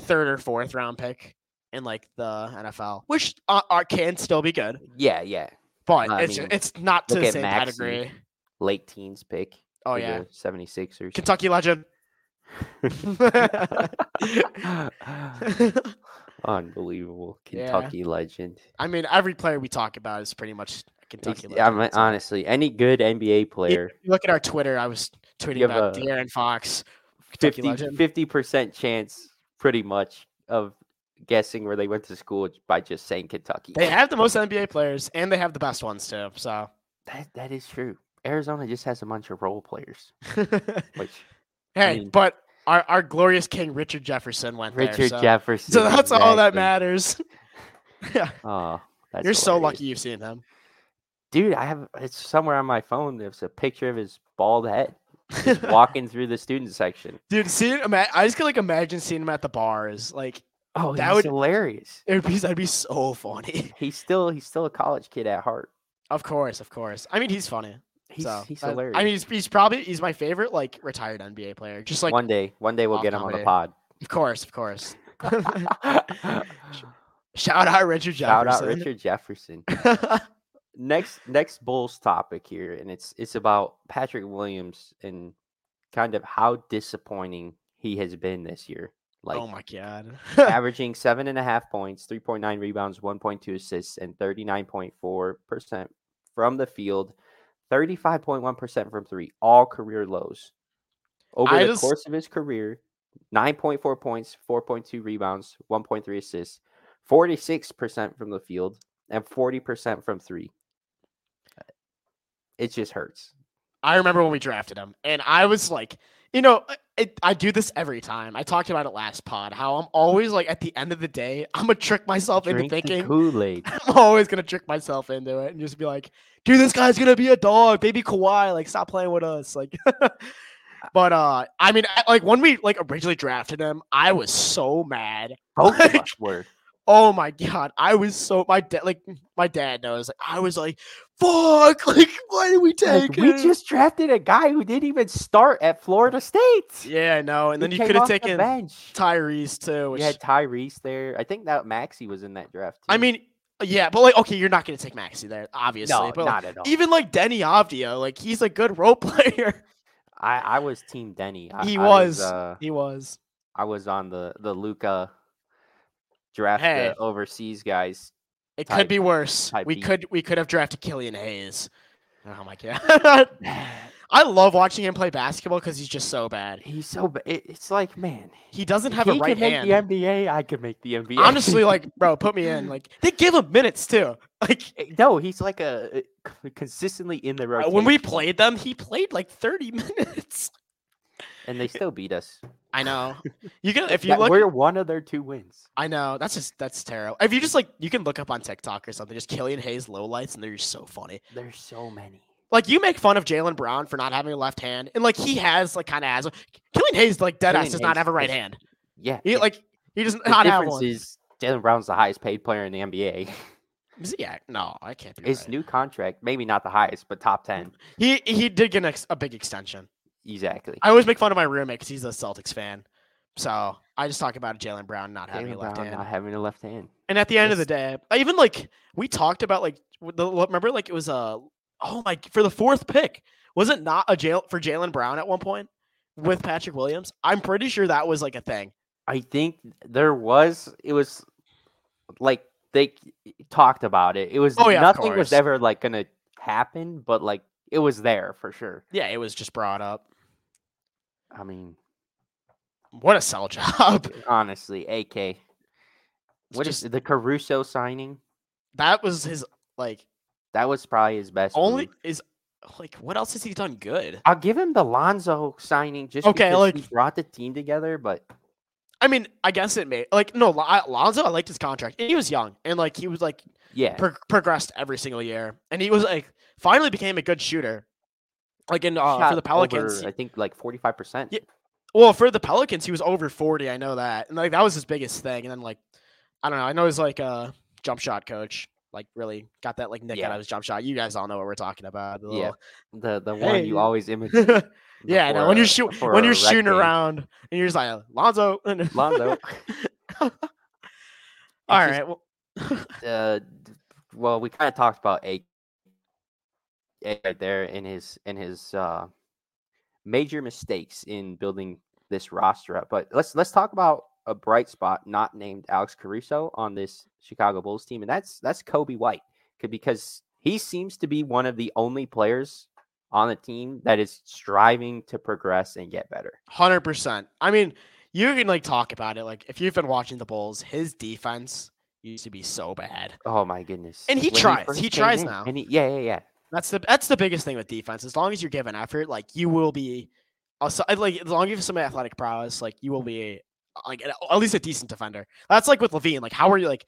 Speaker 2: third or fourth round pick in like the NFL, which uh, are, can still be good,
Speaker 1: Yeah, yeah.
Speaker 2: but
Speaker 1: I
Speaker 2: it's
Speaker 1: mean,
Speaker 2: it's not to
Speaker 1: look
Speaker 2: the
Speaker 1: at
Speaker 2: same
Speaker 1: Maxey.
Speaker 2: category.
Speaker 1: Late teens pick.
Speaker 2: Oh
Speaker 1: for
Speaker 2: yeah,
Speaker 1: the 76ers.
Speaker 2: Kentucky legend.
Speaker 1: Unbelievable Kentucky legend.
Speaker 2: I mean, every player we talk about is pretty much a Kentucky.
Speaker 1: Ex- I'm,
Speaker 2: legend, so-
Speaker 1: honestly, any good NBA
Speaker 2: If
Speaker 1: player,
Speaker 2: you look at our Twitter. I was tweeting
Speaker 1: You have
Speaker 2: about
Speaker 1: a
Speaker 2: De'Aaron Fox. Kentucky
Speaker 1: 50
Speaker 2: legend.
Speaker 1: percent chance, pretty much, of guessing where they went to school j- by just saying Kentucky.
Speaker 2: They have the most NBA players, and they have the best ones too. So
Speaker 1: that, that is true. Arizona just has a bunch of role players, which
Speaker 2: hey,
Speaker 1: mean-
Speaker 2: but our, our glorious king Richard Jefferson went
Speaker 1: Richard
Speaker 2: there. So,
Speaker 1: Jefferson.
Speaker 2: so that's all that
Speaker 1: exactly.
Speaker 2: matters. yeah,
Speaker 1: Oh, that's
Speaker 2: you're so
Speaker 1: hilarious.
Speaker 2: lucky you've seen him.
Speaker 1: dude. I have it's somewhere on my phone. There's a picture of his bald head just walking through the student section.
Speaker 2: Dude, seeing ima- I just could like imagine seeing him at the bars. Like
Speaker 1: Oh,
Speaker 2: That
Speaker 1: that was
Speaker 2: would-
Speaker 1: hilarious.
Speaker 2: it would be that'd be so funny.
Speaker 1: He's still he's still a college kid at heart.
Speaker 2: Of course, of course. I mean, he's funny.
Speaker 1: He's
Speaker 2: so,
Speaker 1: he's
Speaker 2: that-
Speaker 1: hilarious.
Speaker 2: I mean, he's, he's probably he's my favorite like retired NBA player. Just like
Speaker 1: one day, one day we'll
Speaker 2: I'll
Speaker 1: get him on the
Speaker 2: nominate.
Speaker 1: pod.
Speaker 2: of course, of course.
Speaker 1: Shout
Speaker 2: Shout out Richard Jefferson.
Speaker 1: out Richard Jefferson.
Speaker 2: Richard.
Speaker 1: next next Bulls topic here, and it's it's about Patrick Williams and kind of how disappointing he has been this year. Like
Speaker 2: oh my god.
Speaker 1: averaging seven and a half points, three point nine rebounds, one point two assists, and thirty nine point four percent from the field, thirty five point one percent from three, all career lows. Over
Speaker 2: I
Speaker 1: the
Speaker 2: just-
Speaker 1: course of his career, nine point four points, four point two rebounds, one point three assists, forty six percent from the field, and forty percent from three. It just hurts.
Speaker 2: I remember when we drafted him, and I was like, you know, I- it, I do this every time. I talked about it last pod how I'm always like, at the end of the day, I'm gonna trick myself
Speaker 1: Drink
Speaker 2: into thinking
Speaker 1: Kool Aid.
Speaker 2: I'm always gonna trick myself into it and just be like, dude, this guy's gonna be a dog, baby Kawhi. Like, stop playing with us. Like, but uh, I mean, I- like when we like originally drafted him, I was so mad.
Speaker 1: Both of
Speaker 2: Like,
Speaker 1: us were.
Speaker 2: Oh my god, I was so my dad like my dad knows. Like, I was like, fuck, like why did we
Speaker 1: Like,
Speaker 2: take
Speaker 1: we
Speaker 2: him?
Speaker 1: just drafted a guy who didn't even start at Florida State.
Speaker 2: Yeah, I know. And then
Speaker 1: He
Speaker 2: you
Speaker 1: came
Speaker 2: could have
Speaker 1: off the
Speaker 2: taken
Speaker 1: bench.
Speaker 2: Tyrese too. Which
Speaker 1: You had Tyrese there. I think that Maxi was in that draft.
Speaker 2: I
Speaker 1: too.
Speaker 2: mean, yeah, but like, okay, you're not gonna take Maxi there, obviously.
Speaker 1: no,
Speaker 2: but like,
Speaker 1: not at all.
Speaker 2: even like Denny Avdia, like he's a good role player.
Speaker 1: I, I was Team Denny. I,
Speaker 2: He
Speaker 1: I
Speaker 2: was.
Speaker 1: uh,
Speaker 2: he was.
Speaker 1: I was on the the Luca draft
Speaker 2: Hey.
Speaker 1: the overseas guys.
Speaker 2: It
Speaker 1: Type-
Speaker 2: could be worse.
Speaker 1: type
Speaker 2: We
Speaker 1: B.
Speaker 2: could we could have drafted Killian Hayes. Oh my god. I love watching him play basketball because he's just so bad.
Speaker 1: He's so ba- it, it's like man.
Speaker 2: He doesn't
Speaker 1: if
Speaker 2: have
Speaker 1: he
Speaker 2: a right
Speaker 1: can
Speaker 2: hand.
Speaker 1: make the NBA. I could make the NBA.
Speaker 2: Honestly, like, bro, put me in. Like, they give him minutes too. Like
Speaker 1: Eh, no, he's like a c- consistently in the rotation.
Speaker 2: Uh, when we played them, he played like 30 minutes.
Speaker 1: and they still beat us.
Speaker 2: I know. You can if you
Speaker 1: That-
Speaker 2: look.
Speaker 1: we're one of their two wins.
Speaker 2: I know that's just that's terrible. If you just like you can look up on TikTok or something, just Killian Hayes lowlights, and they're just so funny.
Speaker 1: There's so many.
Speaker 2: Like you make fun of Jalen Brown for not having a left hand, and like he has like kind of has. a- Killian Hayes like dead
Speaker 1: Killian
Speaker 2: ass does
Speaker 1: Hayes
Speaker 2: not have a right
Speaker 1: is-
Speaker 2: hand.
Speaker 1: Yeah.
Speaker 2: He
Speaker 1: yeah.
Speaker 2: like he does
Speaker 1: the
Speaker 2: not have
Speaker 1: difference
Speaker 2: one.
Speaker 1: is Jalen Brown's the highest paid player in the NBA.
Speaker 2: Is he- yeah, no, I can't be
Speaker 1: His
Speaker 2: right.
Speaker 1: new contract, maybe not the highest, but top ten.
Speaker 2: He he did get an ex- a big extension.
Speaker 1: Exactly.
Speaker 2: I always make fun of my roommate because he's a Celtics fan, so I just talk about Jalen Brown not having
Speaker 1: Jaylen
Speaker 2: a left
Speaker 1: Brown
Speaker 2: hand.
Speaker 1: Not having a left hand.
Speaker 2: And at the end of the day, I even like we talked about like w- the remember like it was uh, oh my for the fourth pick was it not a jail for Jalen Brown at one point with Patrick Williams? I'm pretty sure that was like a thing.
Speaker 1: I think there was. It was like they c- talked about it. It was
Speaker 2: Oh, yeah, of
Speaker 1: nothing was
Speaker 2: course.
Speaker 1: ever like gonna happen, but like it was there for sure.
Speaker 2: Yeah, it was just brought up.
Speaker 1: I mean,
Speaker 2: What a sell job!
Speaker 1: honestly, AK. What is
Speaker 2: Just-
Speaker 1: the Caruso signing?
Speaker 2: That was his like
Speaker 1: That was probably his best.
Speaker 2: only
Speaker 1: move.
Speaker 2: is like what else has he done good?
Speaker 1: I'll give him the Lonzo signing just
Speaker 2: Okay,
Speaker 1: because
Speaker 2: like-
Speaker 1: he brought the team together, but
Speaker 2: I mean, I guess it may like no Lo- I- Lonzo. I liked his contract. and He was young and like he was like
Speaker 1: yeah,
Speaker 2: pro- progressed every single year, and he was like finally became a good shooter. Like in uh, for
Speaker 1: shot
Speaker 2: the Pelicans,
Speaker 1: over,
Speaker 2: he-
Speaker 1: I think like forty five percent.
Speaker 2: Yeah, Well, for the Pelicans, he was over 40. I know that. And like that was his biggest thing. And then like I don't know. I know he's like a jump shot coach. Like really got that like nick out
Speaker 1: Yeah.
Speaker 2: of his jump shot. You guys all know what we're talking about. the
Speaker 1: Yeah, the the one
Speaker 2: Hey.
Speaker 1: you always imitate.
Speaker 2: little- yeah, I
Speaker 1: before
Speaker 2: know. When
Speaker 1: a-
Speaker 2: you're shooting
Speaker 1: before
Speaker 2: when
Speaker 1: a
Speaker 2: you're
Speaker 1: rec
Speaker 2: shooting
Speaker 1: game.
Speaker 2: around and you're just like Lonzo.
Speaker 1: Lonzo.
Speaker 2: all
Speaker 1: It's
Speaker 2: right. Well,
Speaker 1: just, uh, d- well, we kind of talked about a, a right there in his in his uh, major mistakes in building this roster up. But let's let's talk about a bright spot not named Alex Caruso on this Chicago Bulls team, and that's that's Kobe White, 'Cause- because he seems to be one of the only players on the team that is striving to progress and get better.
Speaker 2: Hundred percent. I mean, you can like talk about it. Like if you've been watching the Bulls, his defense used to be so bad.
Speaker 1: Oh my goodness!
Speaker 2: And he tries.
Speaker 1: first
Speaker 2: He
Speaker 1: came
Speaker 2: tries
Speaker 1: in,
Speaker 2: now.
Speaker 1: And he, yeah, yeah, yeah.
Speaker 2: That's the that's the biggest thing with defense. As long as you're giving effort, like you will be, also, like as long as you have some athletic prowess, like you will be like at at least a decent defender. That's like with Levine. Like how are you like,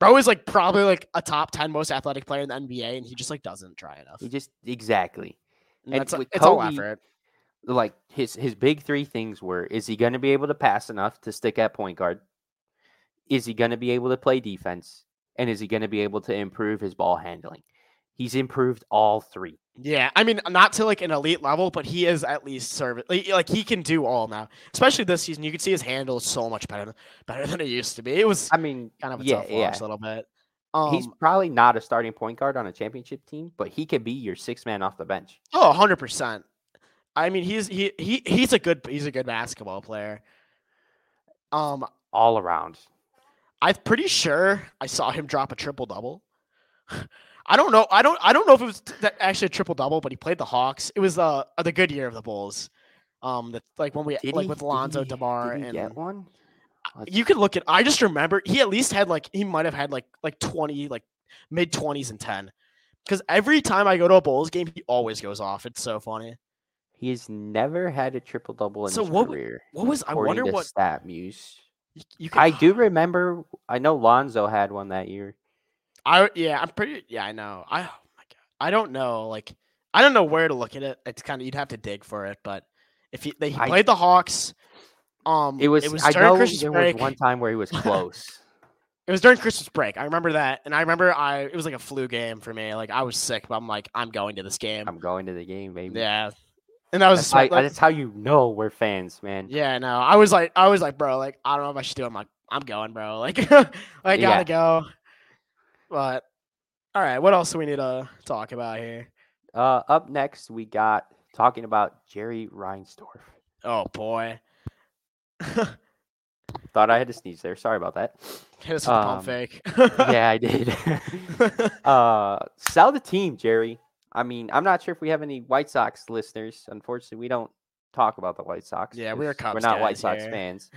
Speaker 2: bro is like probably like a top ten most athletic player in the NBA, and he just like doesn't try enough.
Speaker 1: He just exactly
Speaker 2: And
Speaker 1: and
Speaker 2: that's like,
Speaker 1: with
Speaker 2: it's all
Speaker 1: Kobe-
Speaker 2: effort.
Speaker 1: like his his big three things were: is he going to be able to pass enough to stick at point guard? Is he going to be able to play defense? And is he going to be able to improve his ball handling? He's improved all three.
Speaker 2: Yeah, I mean, not to like an elite level, but he is at least service. Like, like, he can do all now, especially this season. You can see his handle is so much better, better than it used to be. It was
Speaker 1: I mean,
Speaker 2: kind of a
Speaker 1: yeah,
Speaker 2: tough
Speaker 1: yeah.
Speaker 2: watch a little bit. Um,
Speaker 1: he's probably not a starting point guard on a championship team, but he could be your sixth man off the bench.
Speaker 2: Oh, 100 percent. I mean, he's he, he he's a good he's a good basketball player. Um,
Speaker 1: all around.
Speaker 2: I'm pretty sure I saw him drop a triple double. I don't know. I don't. I don't know if it was t- that actually a triple double, but he played the Hawks. It was the uh, the good year of the Bulls. Um, the, like when we
Speaker 1: Did
Speaker 2: like
Speaker 1: he-
Speaker 2: with
Speaker 1: did
Speaker 2: Lonzo,
Speaker 1: he- did
Speaker 2: Demar,
Speaker 1: he
Speaker 2: and
Speaker 1: get one. Let's-
Speaker 2: you could look at. I just remember he at least had like he might have had like like twenty like mid twenties and ten, because every time I go to a Bulls game, he always goes off. It's so funny.
Speaker 1: He's never had a triple double in
Speaker 2: So
Speaker 1: his
Speaker 2: what w-
Speaker 1: career.
Speaker 2: What was I
Speaker 1: according
Speaker 2: wonder
Speaker 1: to
Speaker 2: what
Speaker 1: stat muse.
Speaker 2: you, you could,
Speaker 1: I do remember. I know Lonzo had one that year.
Speaker 2: I yeah, I'm pretty yeah, I know. I oh my god. I don't know like I don't know where to look at it. It's kind of you'd have to dig for it, but if he, they, he
Speaker 1: I-
Speaker 2: played the Hawks um
Speaker 1: It was. I
Speaker 2: during
Speaker 1: know
Speaker 2: Christmas
Speaker 1: there
Speaker 2: break.
Speaker 1: was one time where he was close.
Speaker 2: It was during Christmas break. I remember that. And I remember I it was like a flu game for me. Like I was sick, but I'm like I'm going to this game.
Speaker 1: I'm going to the game, baby.
Speaker 2: yeah. And I was
Speaker 1: That's, how,
Speaker 2: sweat- like,
Speaker 1: that's how you know we're fans, man.
Speaker 2: Yeah, no. I was like I was like, bro, like I don't know if I should do it. I'm like I'm going, bro. Like I gotta
Speaker 1: Yeah.
Speaker 2: go. But all right, what else do we need to talk about here?
Speaker 1: Uh, up next, we got talking about Jerry Reinsdorf.
Speaker 2: Oh boy.
Speaker 1: Thought I had to sneeze there. Sorry about that.
Speaker 2: Hit us with the
Speaker 1: Um,
Speaker 2: pump fake.
Speaker 1: yeah, I did. uh, sell the team, Jerry. I mean, I'm not sure if we have any White Sox listeners. Unfortunately, we don't talk about the White Sox.
Speaker 2: Yeah, we're
Speaker 1: 'cause We're
Speaker 2: Cubs
Speaker 1: not White
Speaker 2: guys
Speaker 1: Sox
Speaker 2: here.
Speaker 1: fans.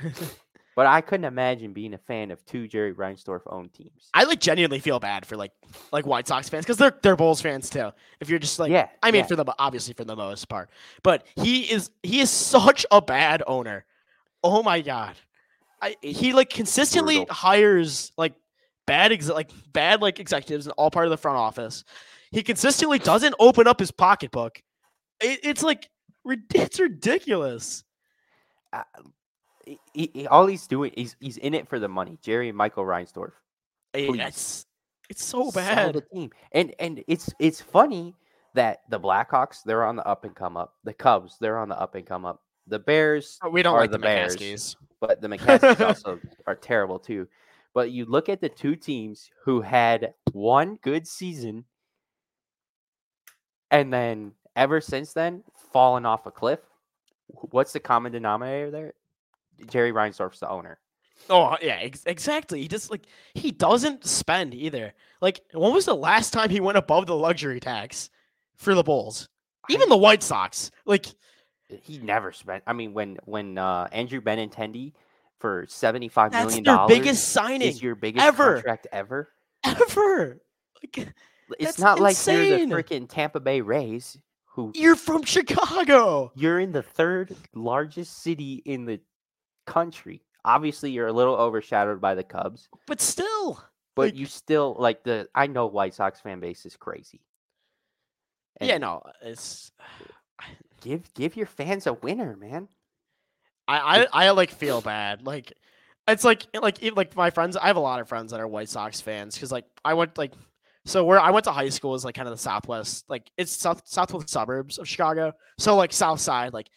Speaker 1: But I couldn't imagine being a fan of two Jerry Reinsdorf owned teams.
Speaker 2: I like genuinely feel bad for like like White Sox fans because they're they're Bulls fans too. If you're just like
Speaker 1: yeah,
Speaker 2: I mean
Speaker 1: yeah.
Speaker 2: for the mo- obviously for the most part. But he is he is such a bad owner. Oh my god. I he like consistently
Speaker 1: brutal.
Speaker 2: hires like bad ex- like bad like executives and all part of the front office. He consistently doesn't open up his pocketbook. It, it's like rid- it's ridiculous.
Speaker 1: he- he- he- all he's doing is he's in it for the money. Jerry and Michael Reinsdorf. Please.
Speaker 2: It's it's so
Speaker 1: Sell
Speaker 2: bad.
Speaker 1: the team. And and it's it's funny that the Blackhawks they're on the up and come up. The Cubs they're on the up and come up. The Bears
Speaker 2: Oh, We don't
Speaker 1: are
Speaker 2: like the,
Speaker 1: the Bears.
Speaker 2: McCaskies.
Speaker 1: but the McCaskies also are terrible too. But you look at the two teams who had one good season and then ever since then fallen off a cliff. Wh- What's the common denominator there? Jerry Reinsdorf's the owner.
Speaker 2: Oh yeah, ex- exactly. He just like he doesn't spend either. Like when was the last time he went above the luxury tax for the Bulls? Even the White Sox. Like
Speaker 1: He never spent. I mean, when when uh, Andrew Benintendi for seventy five
Speaker 2: that's
Speaker 1: million
Speaker 2: their
Speaker 1: dollars
Speaker 2: biggest signing
Speaker 1: is your biggest
Speaker 2: ever.
Speaker 1: contract ever.
Speaker 2: ever. Like
Speaker 1: It's
Speaker 2: That's
Speaker 1: not like you're
Speaker 2: insane.
Speaker 1: the freaking Tampa Bay Rays who
Speaker 2: you're from Chicago.
Speaker 1: You're in the third largest city in the country. Obviously, you're a little overshadowed by the Cubs,
Speaker 2: But still.
Speaker 1: but
Speaker 2: Like-
Speaker 1: you still like the. I know White Sox fan base is crazy.
Speaker 2: yeah,
Speaker 1: And
Speaker 2: no. It's
Speaker 1: Give give your fans a winner, man.
Speaker 2: I, I I like feel bad. Like it's like like e- like my friends. I have a lot of friends that are White Sox fans because like I went like so where I went to high school is like kind of the southwest. Like it's south southwest suburbs of Chicago. So like South Side, like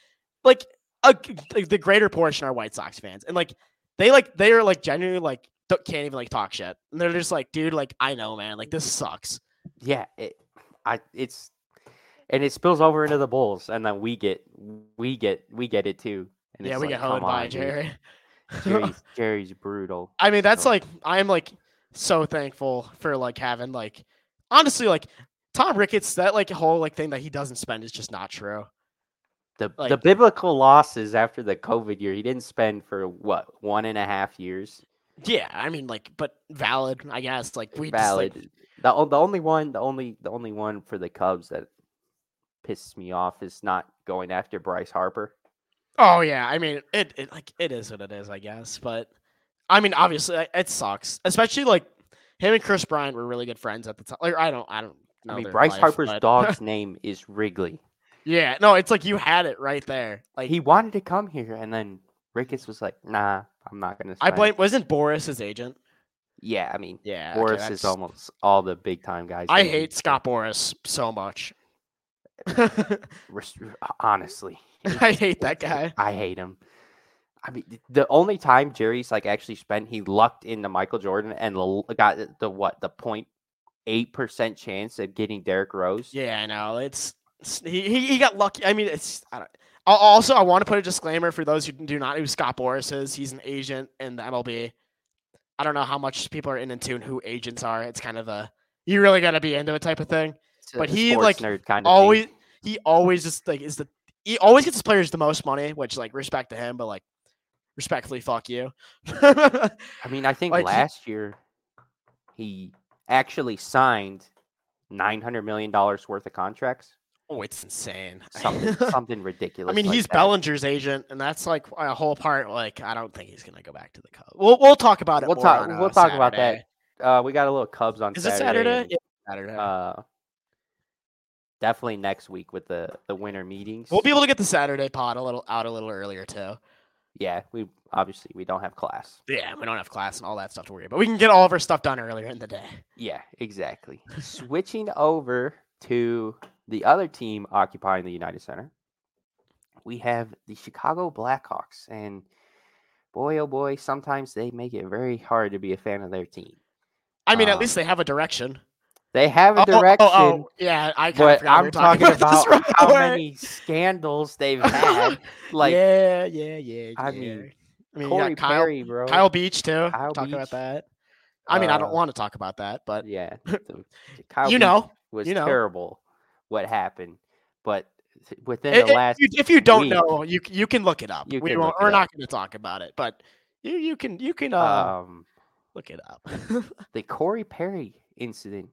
Speaker 2: like a, g- like, the greater portion are White Sox fans, and like they like they are like genuinely like don't- can't even like talk shit. And they're just like, dude, like I know, man, like this sucks.
Speaker 1: Yeah, it, I it's and it spills over into the Bulls, and then we get we get we get it too. And
Speaker 2: yeah,
Speaker 1: it's
Speaker 2: we
Speaker 1: like,
Speaker 2: get honed
Speaker 1: come on,
Speaker 2: by
Speaker 1: dude.
Speaker 2: Jerry.
Speaker 1: Jerry's, Jerry's brutal.
Speaker 2: I mean, that's
Speaker 1: So-
Speaker 2: like I'm like so thankful for like having like honestly like Tom Ricketts that like whole like thing that he doesn't spend is just not true.
Speaker 1: The the
Speaker 2: like-
Speaker 1: biblical losses after the COVID year, he didn't spend for what one and a half years.
Speaker 2: Yeah, I mean like but valid, I guess. Like we just, like,
Speaker 1: valid. The, o- the only one, the only the only one for the Cubs that pisses me off is not going after Bryce Harper.
Speaker 2: Oh yeah, I mean it, it like it is what it is, I guess. But I mean, obviously I- it sucks, especially like him and Chris Bryant were really good friends at the time. Like I don't, I don't. Know
Speaker 1: I mean,
Speaker 2: their
Speaker 1: Bryce
Speaker 2: life,
Speaker 1: Harper's
Speaker 2: but-
Speaker 1: dog's name is Wrigley.
Speaker 2: Yeah, no, it's like you had it right there. Like
Speaker 1: He wanted to come here, and then Ricketts was like, "Nah, I'm not gonna."
Speaker 2: I
Speaker 1: sign it."
Speaker 2: blame. Wasn't Boris his agent?
Speaker 1: Yeah, I mean,
Speaker 2: Yeah, okay,
Speaker 1: Boris is
Speaker 2: that's-
Speaker 1: almost all the big time guys.
Speaker 2: I
Speaker 1: they-
Speaker 2: hate Scott Boris so much. I
Speaker 1: res- Honestly,
Speaker 2: hate that guy.
Speaker 1: I hate him. I mean, th- the only time Jerry's like actually spent, he lucked into Michael Jordan and l- got the- the what the point eight percent chance of getting Derrick Rose.
Speaker 2: Yeah, I know. It's, it's- he, he he got lucky. I mean, it's I don't. Al- Also, I want to put a disclaimer for those who do not know who Scott Boris is. He's an agent in the MLB. I don't know how much people are in and tune who agents are. It's kind of a you really got to be into it type of thing.
Speaker 1: It's a
Speaker 2: but he,
Speaker 1: sports
Speaker 2: like,
Speaker 1: nerd kind of
Speaker 2: Always he always just like is the he always gets his players the most money, which like respect to him, but like respectfully, fuck you.
Speaker 1: I mean, I think
Speaker 2: like, he-
Speaker 1: last year he actually signed nine hundred million dollars worth of contracts.
Speaker 2: oh, it's insane.
Speaker 1: Something, something ridiculous.
Speaker 2: I mean,
Speaker 1: like
Speaker 2: he's
Speaker 1: that.
Speaker 2: Bellinger's agent, and that's like a whole part. Like, I don't think he's gonna go back to the Cubs. We'll we'll talk about it.
Speaker 1: We'll
Speaker 2: more
Speaker 1: talk-
Speaker 2: on, uh,
Speaker 1: we'll talk about that
Speaker 2: Saturday.
Speaker 1: Uh, we got a little Cubs on
Speaker 2: Is it
Speaker 1: Saturday.
Speaker 2: Saturday?
Speaker 1: and,
Speaker 2: Yeah, Saturday.
Speaker 1: uh, definitely next week with the the winter meetings.
Speaker 2: we'll be able to get the Saturday pod a little out a little earlier too.
Speaker 1: yeah, we obviously we don't have class.
Speaker 2: Yeah, we don't have class and all that stuff to worry about. We can get all of our stuff done earlier in the day.
Speaker 1: Yeah, exactly. Switching over to the other team occupying the United Center, we have the Chicago Blackhawks. And boy, oh boy, sometimes they make it very hard to be a fan of their team.
Speaker 2: I mean,
Speaker 1: Uh,
Speaker 2: at least they have a direction.
Speaker 1: They have a
Speaker 2: Oh, oh,
Speaker 1: direction,
Speaker 2: Oh, yeah, I kind of
Speaker 1: but
Speaker 2: forgot
Speaker 1: I'm
Speaker 2: we were
Speaker 1: talking about,
Speaker 2: this right
Speaker 1: how
Speaker 2: away.
Speaker 1: many scandals they've had. Like
Speaker 2: yeah, yeah, yeah.
Speaker 1: I
Speaker 2: yeah.
Speaker 1: mean,
Speaker 2: I mean, you
Speaker 1: Corey
Speaker 2: got Kyle,
Speaker 1: Perry, bro.
Speaker 2: Kyle Beach too.
Speaker 1: Kyle
Speaker 2: talk
Speaker 1: Beach,
Speaker 2: about that. I mean, I
Speaker 1: uh,
Speaker 2: don't want to talk about that, but
Speaker 1: yeah, the- Kyle
Speaker 2: you
Speaker 1: Beach
Speaker 2: know,
Speaker 1: was
Speaker 2: you know.
Speaker 1: terrible. What happened? But th- within
Speaker 2: I-
Speaker 1: the
Speaker 2: if,
Speaker 1: last
Speaker 2: you, if you don't
Speaker 1: week.
Speaker 2: know, you c- you can look it up.
Speaker 1: You
Speaker 2: we
Speaker 1: can
Speaker 2: won't,
Speaker 1: look it
Speaker 2: we're
Speaker 1: up.
Speaker 2: not going to talk about it, but you you can you can uh,
Speaker 1: um
Speaker 2: look it up.
Speaker 1: the Corey Perry incident.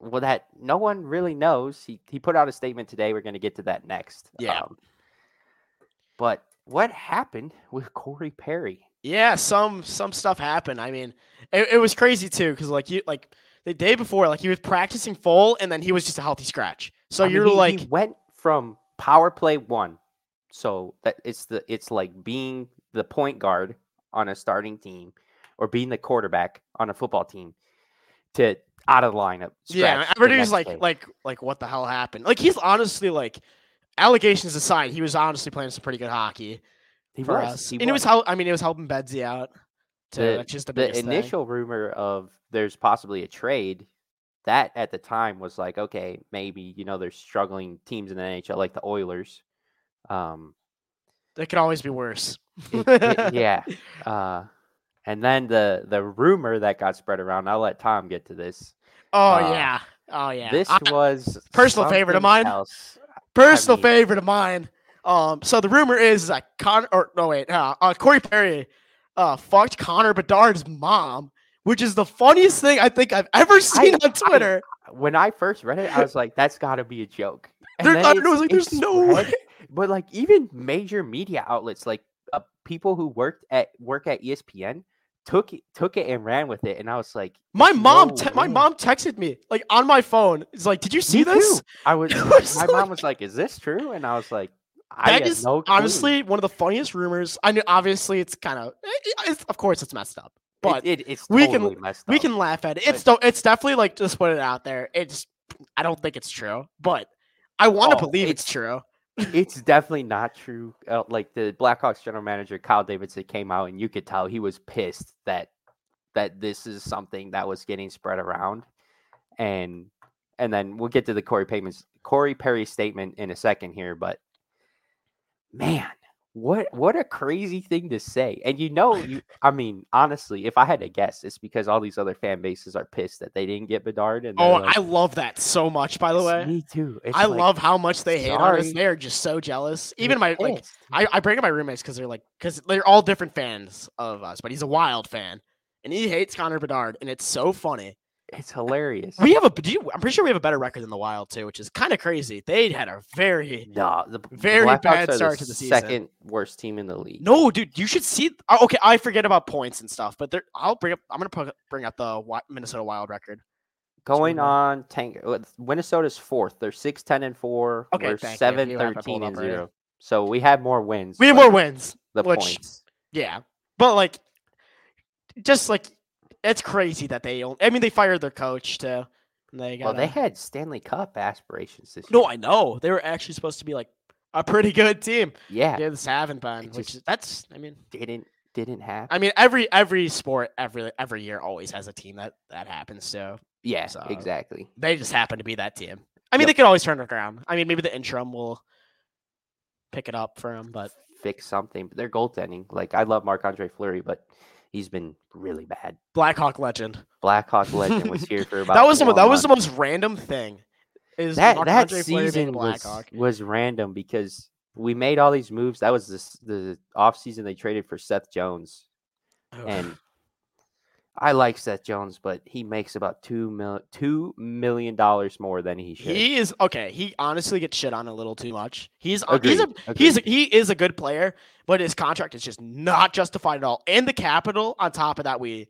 Speaker 1: Well, that no one really knows. He he put out a statement today. We're going to get to that next.
Speaker 2: Yeah.
Speaker 1: Um, but what happened with Corey Perry?
Speaker 2: yeah, some some stuff happened. I mean, it, it was crazy too because like you like the day before, like he was practicing full, and then he was just a healthy scratch. So
Speaker 1: I mean,
Speaker 2: you're
Speaker 1: he- he
Speaker 2: like,
Speaker 1: went from power play one, so that it's the it's like being the point guard on a starting team, or being the quarterback on a football team, to out of the lineup.
Speaker 2: yeah,
Speaker 1: scratch the
Speaker 2: everybody's
Speaker 1: next
Speaker 2: like
Speaker 1: day.
Speaker 2: like like what the hell happened? Like he's honestly like allegations aside, he was honestly playing some pretty good hockey
Speaker 1: he
Speaker 2: for
Speaker 1: was,
Speaker 2: us,
Speaker 1: he
Speaker 2: and it
Speaker 1: was.
Speaker 2: was hel- I mean, it was helping Bedsy out. Too.
Speaker 1: The-
Speaker 2: That's just the,
Speaker 1: the
Speaker 2: biggest thing.
Speaker 1: initial rumor of there's possibly a trade that at the time was like okay maybe you know there's struggling teams in the nhl like the oilers um
Speaker 2: It could always be worse.
Speaker 1: it- it- yeah uh and then the the rumor that got spread around i'll let tom get to this
Speaker 2: Oh
Speaker 1: Uh,
Speaker 2: yeah. Oh yeah.
Speaker 1: this
Speaker 2: I-
Speaker 1: was
Speaker 2: personal favorite of
Speaker 1: something
Speaker 2: mine.
Speaker 1: else.
Speaker 2: personal
Speaker 1: mean-
Speaker 2: favorite of mine. Um. So the rumor is that Connor or no wait, uh, uh, Corey Perry, uh, fucked Connor Bedard's mom, which is the funniest thing I think I've ever seen on Twitter.
Speaker 1: when i first read it i was like that's gotta be a joke And
Speaker 2: There-
Speaker 1: then
Speaker 2: I don't know,
Speaker 1: it's-
Speaker 2: I was like,
Speaker 1: it
Speaker 2: there's no way.
Speaker 1: spread, but like even major media outlets like uh, people who worked at work at E espn took it took it and ran with it and i was like
Speaker 2: My
Speaker 1: "There's
Speaker 2: mom,
Speaker 1: no
Speaker 2: te- my
Speaker 1: way."
Speaker 2: mom texted me like on my phone. It's like, did you see
Speaker 1: Me
Speaker 2: this?
Speaker 1: too. i was
Speaker 2: It
Speaker 1: my
Speaker 2: was like-
Speaker 1: mom was like is this true and i was like i
Speaker 2: That
Speaker 1: had
Speaker 2: is
Speaker 1: no clue." It-
Speaker 2: honestly one of the funniest rumors. I know, obviously, it's kind of, it's, of course, it's messed up, but
Speaker 1: it, it's
Speaker 2: we can-
Speaker 1: totally messed
Speaker 2: we
Speaker 1: up.
Speaker 2: can laugh at it. It's do- it's definitely like just put it out there. It's I don't think it's true, but I want to
Speaker 1: Oh,
Speaker 2: believe it's,
Speaker 1: it's-
Speaker 2: true.
Speaker 1: it's definitely not true uh, like the blackhawks general manager kyle davidson came out and you could tell he was pissed that that this is something that was getting spread around and and then we'll get to the corey payments corey perry statement in a second here but man what what a crazy thing to say and you know you i mean honestly if i had to guess it's because all these other fan bases are pissed that they didn't get bedard and they're
Speaker 2: Oh,
Speaker 1: like,
Speaker 2: I love that so much. By the
Speaker 1: "It's
Speaker 2: way,
Speaker 1: me too It's
Speaker 2: I
Speaker 1: like,
Speaker 2: love how much they hate on us.
Speaker 1: sorry.
Speaker 2: They are just so jealous.
Speaker 1: you're
Speaker 2: Even my like,
Speaker 1: pissed.
Speaker 2: I, I bring up my roommates because they're like, because they're all different fans of us, but he's a wild fan, and he hates Connor Bedard, and it's so funny.
Speaker 1: It's hilarious.
Speaker 2: We have a. Do you, I'm pretty sure we have a better record than the Wild too, which is kind of crazy. They had a very
Speaker 1: no, the B-
Speaker 2: Very
Speaker 1: Blackhawks
Speaker 2: bad
Speaker 1: are
Speaker 2: start to the season.
Speaker 1: Second worst team in the league.
Speaker 2: no, dude. You should see. oh, Okay, I forget about points and stuff, but there, I'll bring up. I'm gonna pro- bring up the Wi- Minnesota Wild record.
Speaker 1: going
Speaker 2: Minnesota.
Speaker 1: on tank. uh, Minnesota's fourth. They're six ten and four.
Speaker 2: Okay,
Speaker 1: we're
Speaker 2: thank you.
Speaker 1: seven
Speaker 2: You have it pulled
Speaker 1: thirteen and
Speaker 2: up already.
Speaker 1: zero. So we had more wins.
Speaker 2: We have
Speaker 1: but
Speaker 2: more wins.
Speaker 1: The
Speaker 2: which-
Speaker 1: points.
Speaker 2: Yeah, but like, just like, it's crazy that they. Only, I mean, they fired their coach too. And they got.
Speaker 1: Well, they had Stanley Cup aspirations this
Speaker 2: no,
Speaker 1: year.
Speaker 2: I know they were actually supposed to be like a pretty good team.
Speaker 1: yeah,
Speaker 2: They just haven't been,
Speaker 1: It
Speaker 2: which
Speaker 1: just-
Speaker 2: is, that's. I mean,
Speaker 1: didn't didn't happen.
Speaker 2: I mean, every every sport every every year always has a team that that happens. So
Speaker 1: yeah,
Speaker 2: so-
Speaker 1: exactly.
Speaker 2: they just happen to be that team. I mean,
Speaker 1: Yep.
Speaker 2: they could always turn it around. I mean, maybe the interim will pick it up for them, but
Speaker 1: Fix something. But they're goaltending. Like I love Marc Andre Fleury, but he's been really bad.
Speaker 2: Blackhawk legend.
Speaker 1: Blackhawk legend was here for about
Speaker 2: That was the, mo-
Speaker 1: four
Speaker 2: that was the
Speaker 1: months.
Speaker 2: most random thing. Is
Speaker 1: that
Speaker 2: Marc
Speaker 1: that
Speaker 2: Andre Fleury being
Speaker 1: season
Speaker 2: a
Speaker 1: was,
Speaker 2: Blackhawk?
Speaker 1: was random because we made all these moves. That was this, the offseason they traded for Seth Jones,
Speaker 2: Ugh.
Speaker 1: and I like Seth Jones, but he makes about two mil two million dollars more than he should.
Speaker 2: he is okay. He honestly gets shit on a little too much. He's on uh, he's a
Speaker 1: Agreed,
Speaker 2: he's a,
Speaker 1: agreed.
Speaker 2: he is a good player, but his contract is just not justified at all. And the capital on top of that, we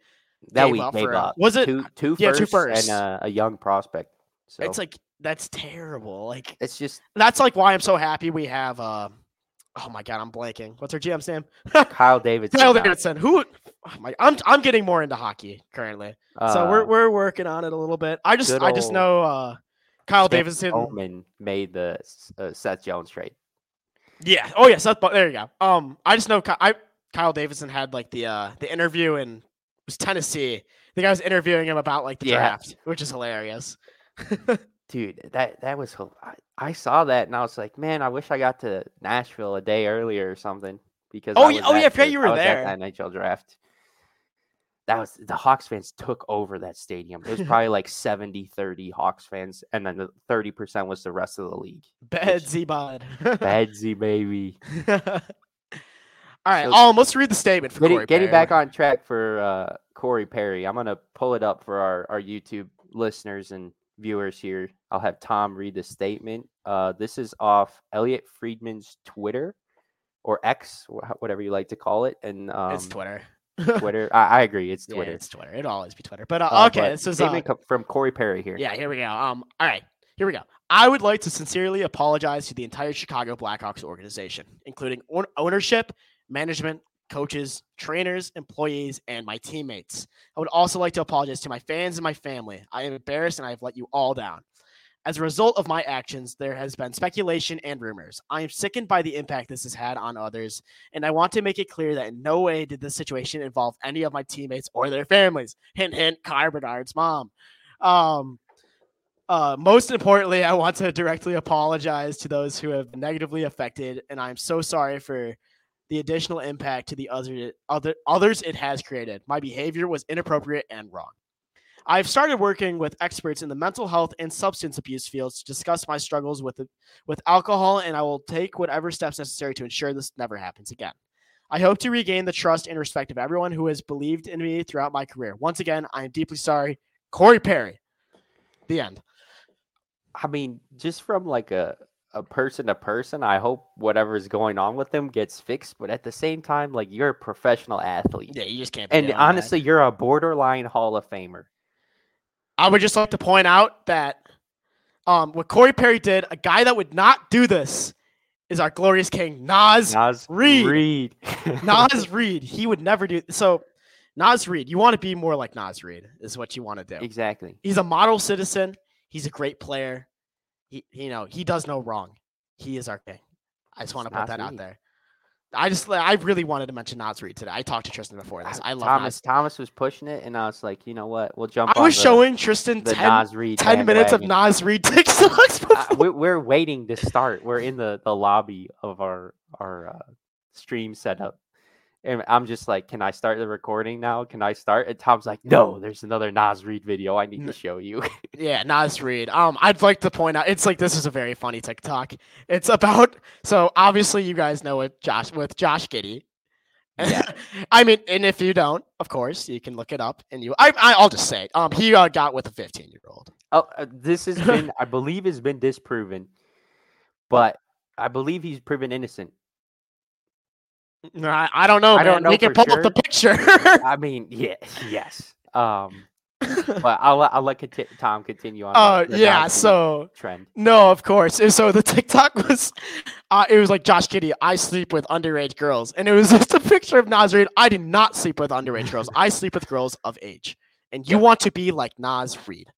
Speaker 1: that
Speaker 2: gave
Speaker 1: we
Speaker 2: up
Speaker 1: gave
Speaker 2: for him.
Speaker 1: up.
Speaker 2: Was it-
Speaker 1: two two
Speaker 2: yeah, two
Speaker 1: firsts
Speaker 2: firsts.
Speaker 1: and uh, a young prospect? So
Speaker 2: it's like that's terrible. Like
Speaker 1: it's just
Speaker 2: that's like why I'm so happy we have. Uh, oh my god, I'm blanking. What's our GM's name?
Speaker 1: Kyle Davidson.
Speaker 2: Kyle
Speaker 1: now.
Speaker 2: Davidson. Who? Oh my, I'm I'm getting more into hockey currently, so we're
Speaker 1: Uh,
Speaker 2: we're working on it a little bit. I just
Speaker 1: good
Speaker 2: I just
Speaker 1: old
Speaker 2: know uh, Kyle
Speaker 1: Seth
Speaker 2: Davidson.
Speaker 1: Bowman made the S- uh, Seth Jones trade.
Speaker 2: Yeah. Oh yeah. Seth. Bo- there you go. Um, I just know Ky- I Kyle Davidson had like the uh the interview in it was Tennessee. The guy was interviewing him about like the
Speaker 1: Yeah.
Speaker 2: draft, which is hilarious.
Speaker 1: dude that that was hel- I, I saw that and i was like man i wish i got to nashville a day earlier or something because
Speaker 2: Oh,
Speaker 1: I
Speaker 2: yeah-
Speaker 1: was
Speaker 2: oh, yeah, I
Speaker 1: at
Speaker 2: forgot
Speaker 1: the-
Speaker 2: you were
Speaker 1: was at
Speaker 2: there.
Speaker 1: that nhl draft that was the hawks fans took over that stadium it was probably like 70 30 hawks fans and then the 30% was the rest of the league
Speaker 2: Bad Zebod.
Speaker 1: Bedsy, baby
Speaker 2: All right.
Speaker 1: So-
Speaker 2: um, let's read the statement for
Speaker 1: getting,
Speaker 2: Corey
Speaker 1: getting
Speaker 2: Perry.
Speaker 1: back on track for uh, corey perry i'm gonna pull it up for our, our youtube listeners and viewers here i'll have tom read the statement uh, this is off elliot friedman's twitter or x wha- whatever you like to call it and um,
Speaker 2: it's Twitter.
Speaker 1: twitter I, I agree it's
Speaker 2: Yeah,
Speaker 1: twitter
Speaker 2: it's Twitter. It'll always be Twitter. But uh,
Speaker 1: Uh,
Speaker 2: okay,
Speaker 1: but
Speaker 2: this is uh,
Speaker 1: statement co- from corey perry here
Speaker 2: Yeah, here we go. Um, all right, here we go. I would like to sincerely apologize to the entire Chicago Blackhawks organization, including own- ownership, management, coaches, trainers, employees, and my teammates. I would also like to apologize to my fans and my family. I am embarrassed and I have let you all down. As a result of my actions, there has been speculation and rumors. I am sickened by the impact this has had on others, and I want to make it clear that in no way did this situation involve any of my teammates or their families. Hint, hint, Car Bernard's mom. Um, uh, most importantly, I want to directly apologize to those who have been negatively affected, and I'm so sorry for the additional impact to the other, other others it has created. My behavior was inappropriate and wrong. I've started working with experts in the mental health and substance abuse fields to discuss my struggles with the, with alcohol, and I will take whatever steps necessary to ensure this never happens again. I hope to regain the trust and respect of everyone who has believed in me throughout my career. Once again, I am deeply sorry, Corey Perry. The end.
Speaker 1: i mean just from like a a person to person i hope whatever's going on with them gets fixed but at the same time like you're a professional athlete
Speaker 2: Yeah, you just can't. be
Speaker 1: And
Speaker 2: doing that.
Speaker 1: honestly, you're a borderline Hall of Famer.
Speaker 2: I would just like to point out that um, what Corey Perry did, a guy that would not do this, is our glorious king Nas
Speaker 1: Nas
Speaker 2: Reed.
Speaker 1: Reed.
Speaker 2: Nas Reed. He would never do so. Nas Reed, you want to be more like Nas Reed is what you want to do.
Speaker 1: exactly.
Speaker 2: He's a model citizen. He's a great player. He, you know, he does no wrong. He is our king. I just want to
Speaker 1: It's
Speaker 2: put
Speaker 1: Nas
Speaker 2: that out
Speaker 1: Reed.
Speaker 2: there. I just, I really wanted to mention Nas Reed today. I talked to Tristan before this. I love
Speaker 1: Thomas. Thomas was pushing it, and I was like, you know what? We'll jump.
Speaker 2: Nas. I
Speaker 1: on
Speaker 2: was
Speaker 1: the,
Speaker 2: showing Tristan
Speaker 1: the
Speaker 2: 10
Speaker 1: Nas Reed.
Speaker 2: 10 minutes of
Speaker 1: bandwagon.
Speaker 2: Nas Reed TikToks
Speaker 1: Uh,
Speaker 2: before.
Speaker 1: we- we're waiting to start. We're in the the lobby of our our uh, stream setup, and I'm just like, can I start the recording now? Can I start? And Tom's like, no. There's another Nas Reed video I need
Speaker 2: N-
Speaker 1: to show you.
Speaker 2: yeah, Nas Reed. Um, I'd like to point out it's like this is a very funny TikTok. It's about so obviously you guys know what Josh with Josh Giddy.
Speaker 1: Yeah.
Speaker 2: I mean, and if you don't, of course, you can look it up. And you, I, I I'll just say, it. um, he uh, got with a 15 year old.
Speaker 1: Oh, uh, this has been, I believe, has been disproven, but I believe he's proven innocent.
Speaker 2: No, I, I don't know.
Speaker 1: I don't
Speaker 2: man.
Speaker 1: know
Speaker 2: We can
Speaker 1: for
Speaker 2: pull up the picture.
Speaker 1: I mean, yes, yes. Um, but I'll let- I'll let conti- Tom continue on.
Speaker 2: uh,
Speaker 1: the- the
Speaker 2: yeah.
Speaker 1: downward
Speaker 2: So
Speaker 1: trend.
Speaker 2: no, of course. And so the TikTok was, uh, it was like Josh Kitty. I sleep with underage girls, and it was just a picture of Nas Reed. I did not sleep with underage girls. I sleep with girls of age, and you want to be like Nas Reed.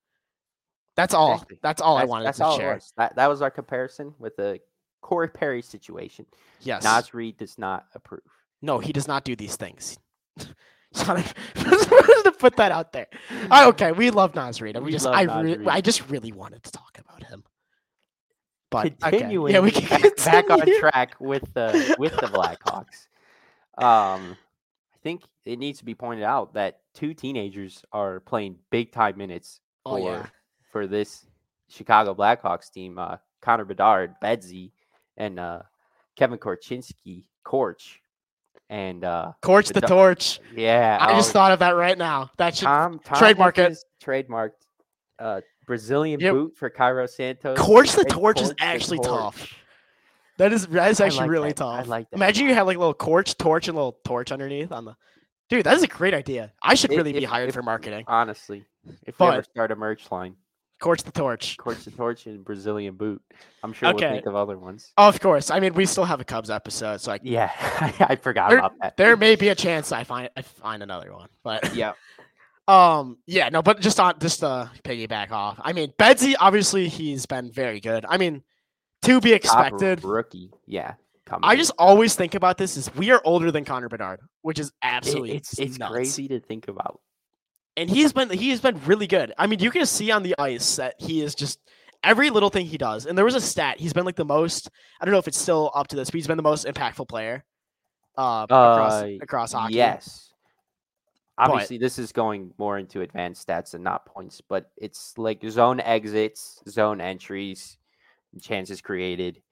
Speaker 2: That's all.
Speaker 1: Exactly.
Speaker 2: That's all I
Speaker 1: That's-
Speaker 2: wanted
Speaker 1: that's
Speaker 2: to
Speaker 1: all it
Speaker 2: share.
Speaker 1: was. That that was our comparison with the Corey Perry situation.
Speaker 2: Yes.
Speaker 1: Nas Reed does not approve.
Speaker 2: No, he does not do these things. Sorry, just wanted to put that out there. I, okay, we love Nas Reed. and We,
Speaker 1: We
Speaker 2: just,
Speaker 1: love
Speaker 2: I,
Speaker 1: Nas
Speaker 2: re-
Speaker 1: Reed.
Speaker 2: I just really wanted to talk about him. But
Speaker 1: Continuing,
Speaker 2: okay. yeah, we can
Speaker 1: back on
Speaker 2: continue.
Speaker 1: track with the with the Blackhawks. Um, I think it needs to be pointed out that two teenagers are playing big time minutes
Speaker 2: Oh
Speaker 1: for
Speaker 2: yeah,
Speaker 1: for this Chicago Blackhawks team. Uh, Connor Bedard, Bedsy, and uh, Kevin Korchinski, Korch, and uh,
Speaker 2: torch the
Speaker 1: the-
Speaker 2: torch.
Speaker 1: yeah,
Speaker 2: I just
Speaker 1: oh,
Speaker 2: thought of that right now. That should
Speaker 1: Tom, Tom
Speaker 2: trademark it.
Speaker 1: Hickes trademarked uh, Brazilian
Speaker 2: Yep.
Speaker 1: boot for Cairo Santos.
Speaker 2: torch the
Speaker 1: and
Speaker 2: torch is
Speaker 1: Korch the
Speaker 2: actually tough.
Speaker 1: Torch.
Speaker 2: That is that is
Speaker 1: I
Speaker 2: actually
Speaker 1: like
Speaker 2: really
Speaker 1: that. I
Speaker 2: tough.
Speaker 1: like that a
Speaker 2: Imagine you
Speaker 1: lot.
Speaker 2: had like a little torch, torch, and a little torch underneath on the. Dude, that is a great idea. I should
Speaker 1: If-
Speaker 2: really be
Speaker 1: if-
Speaker 2: hired
Speaker 1: if-
Speaker 2: for marketing.
Speaker 1: Honestly, if we ever
Speaker 2: But-
Speaker 1: start a merch line,
Speaker 2: Torch the torch.
Speaker 1: Corch the Torch and Brazilian boot, I'm sure
Speaker 2: Okay.
Speaker 1: we'll think of other ones.
Speaker 2: Of course. I mean, we still have a Cubs episode, so I
Speaker 1: Yeah, I, forgot
Speaker 2: There-
Speaker 1: about that.
Speaker 2: there may be a chance I find I find another one, but
Speaker 1: yeah,
Speaker 2: um, yeah, no, but just on just to piggyback off. I mean, Betsy obviously he's been very good. I mean, to be
Speaker 1: top
Speaker 2: expected.
Speaker 1: rookie. Yeah, coming
Speaker 2: I
Speaker 1: in.
Speaker 2: just always think about this: is we are older than Connor Bedard, which is
Speaker 1: It-
Speaker 2: absolutely
Speaker 1: it's it's
Speaker 2: nuts.
Speaker 1: crazy to think about.
Speaker 2: and he's been he's been really good. I mean, you can see on the ice that he is just every little thing he does. And there was a stat he's been like the most. I don't know if it's still up to this, but he's been the most impactful player uh, across
Speaker 1: Uh,
Speaker 2: across hockey.
Speaker 1: Yes. Obviously, this is going more into advanced stats and not points, but it's like zone exits, zone entries, chances created.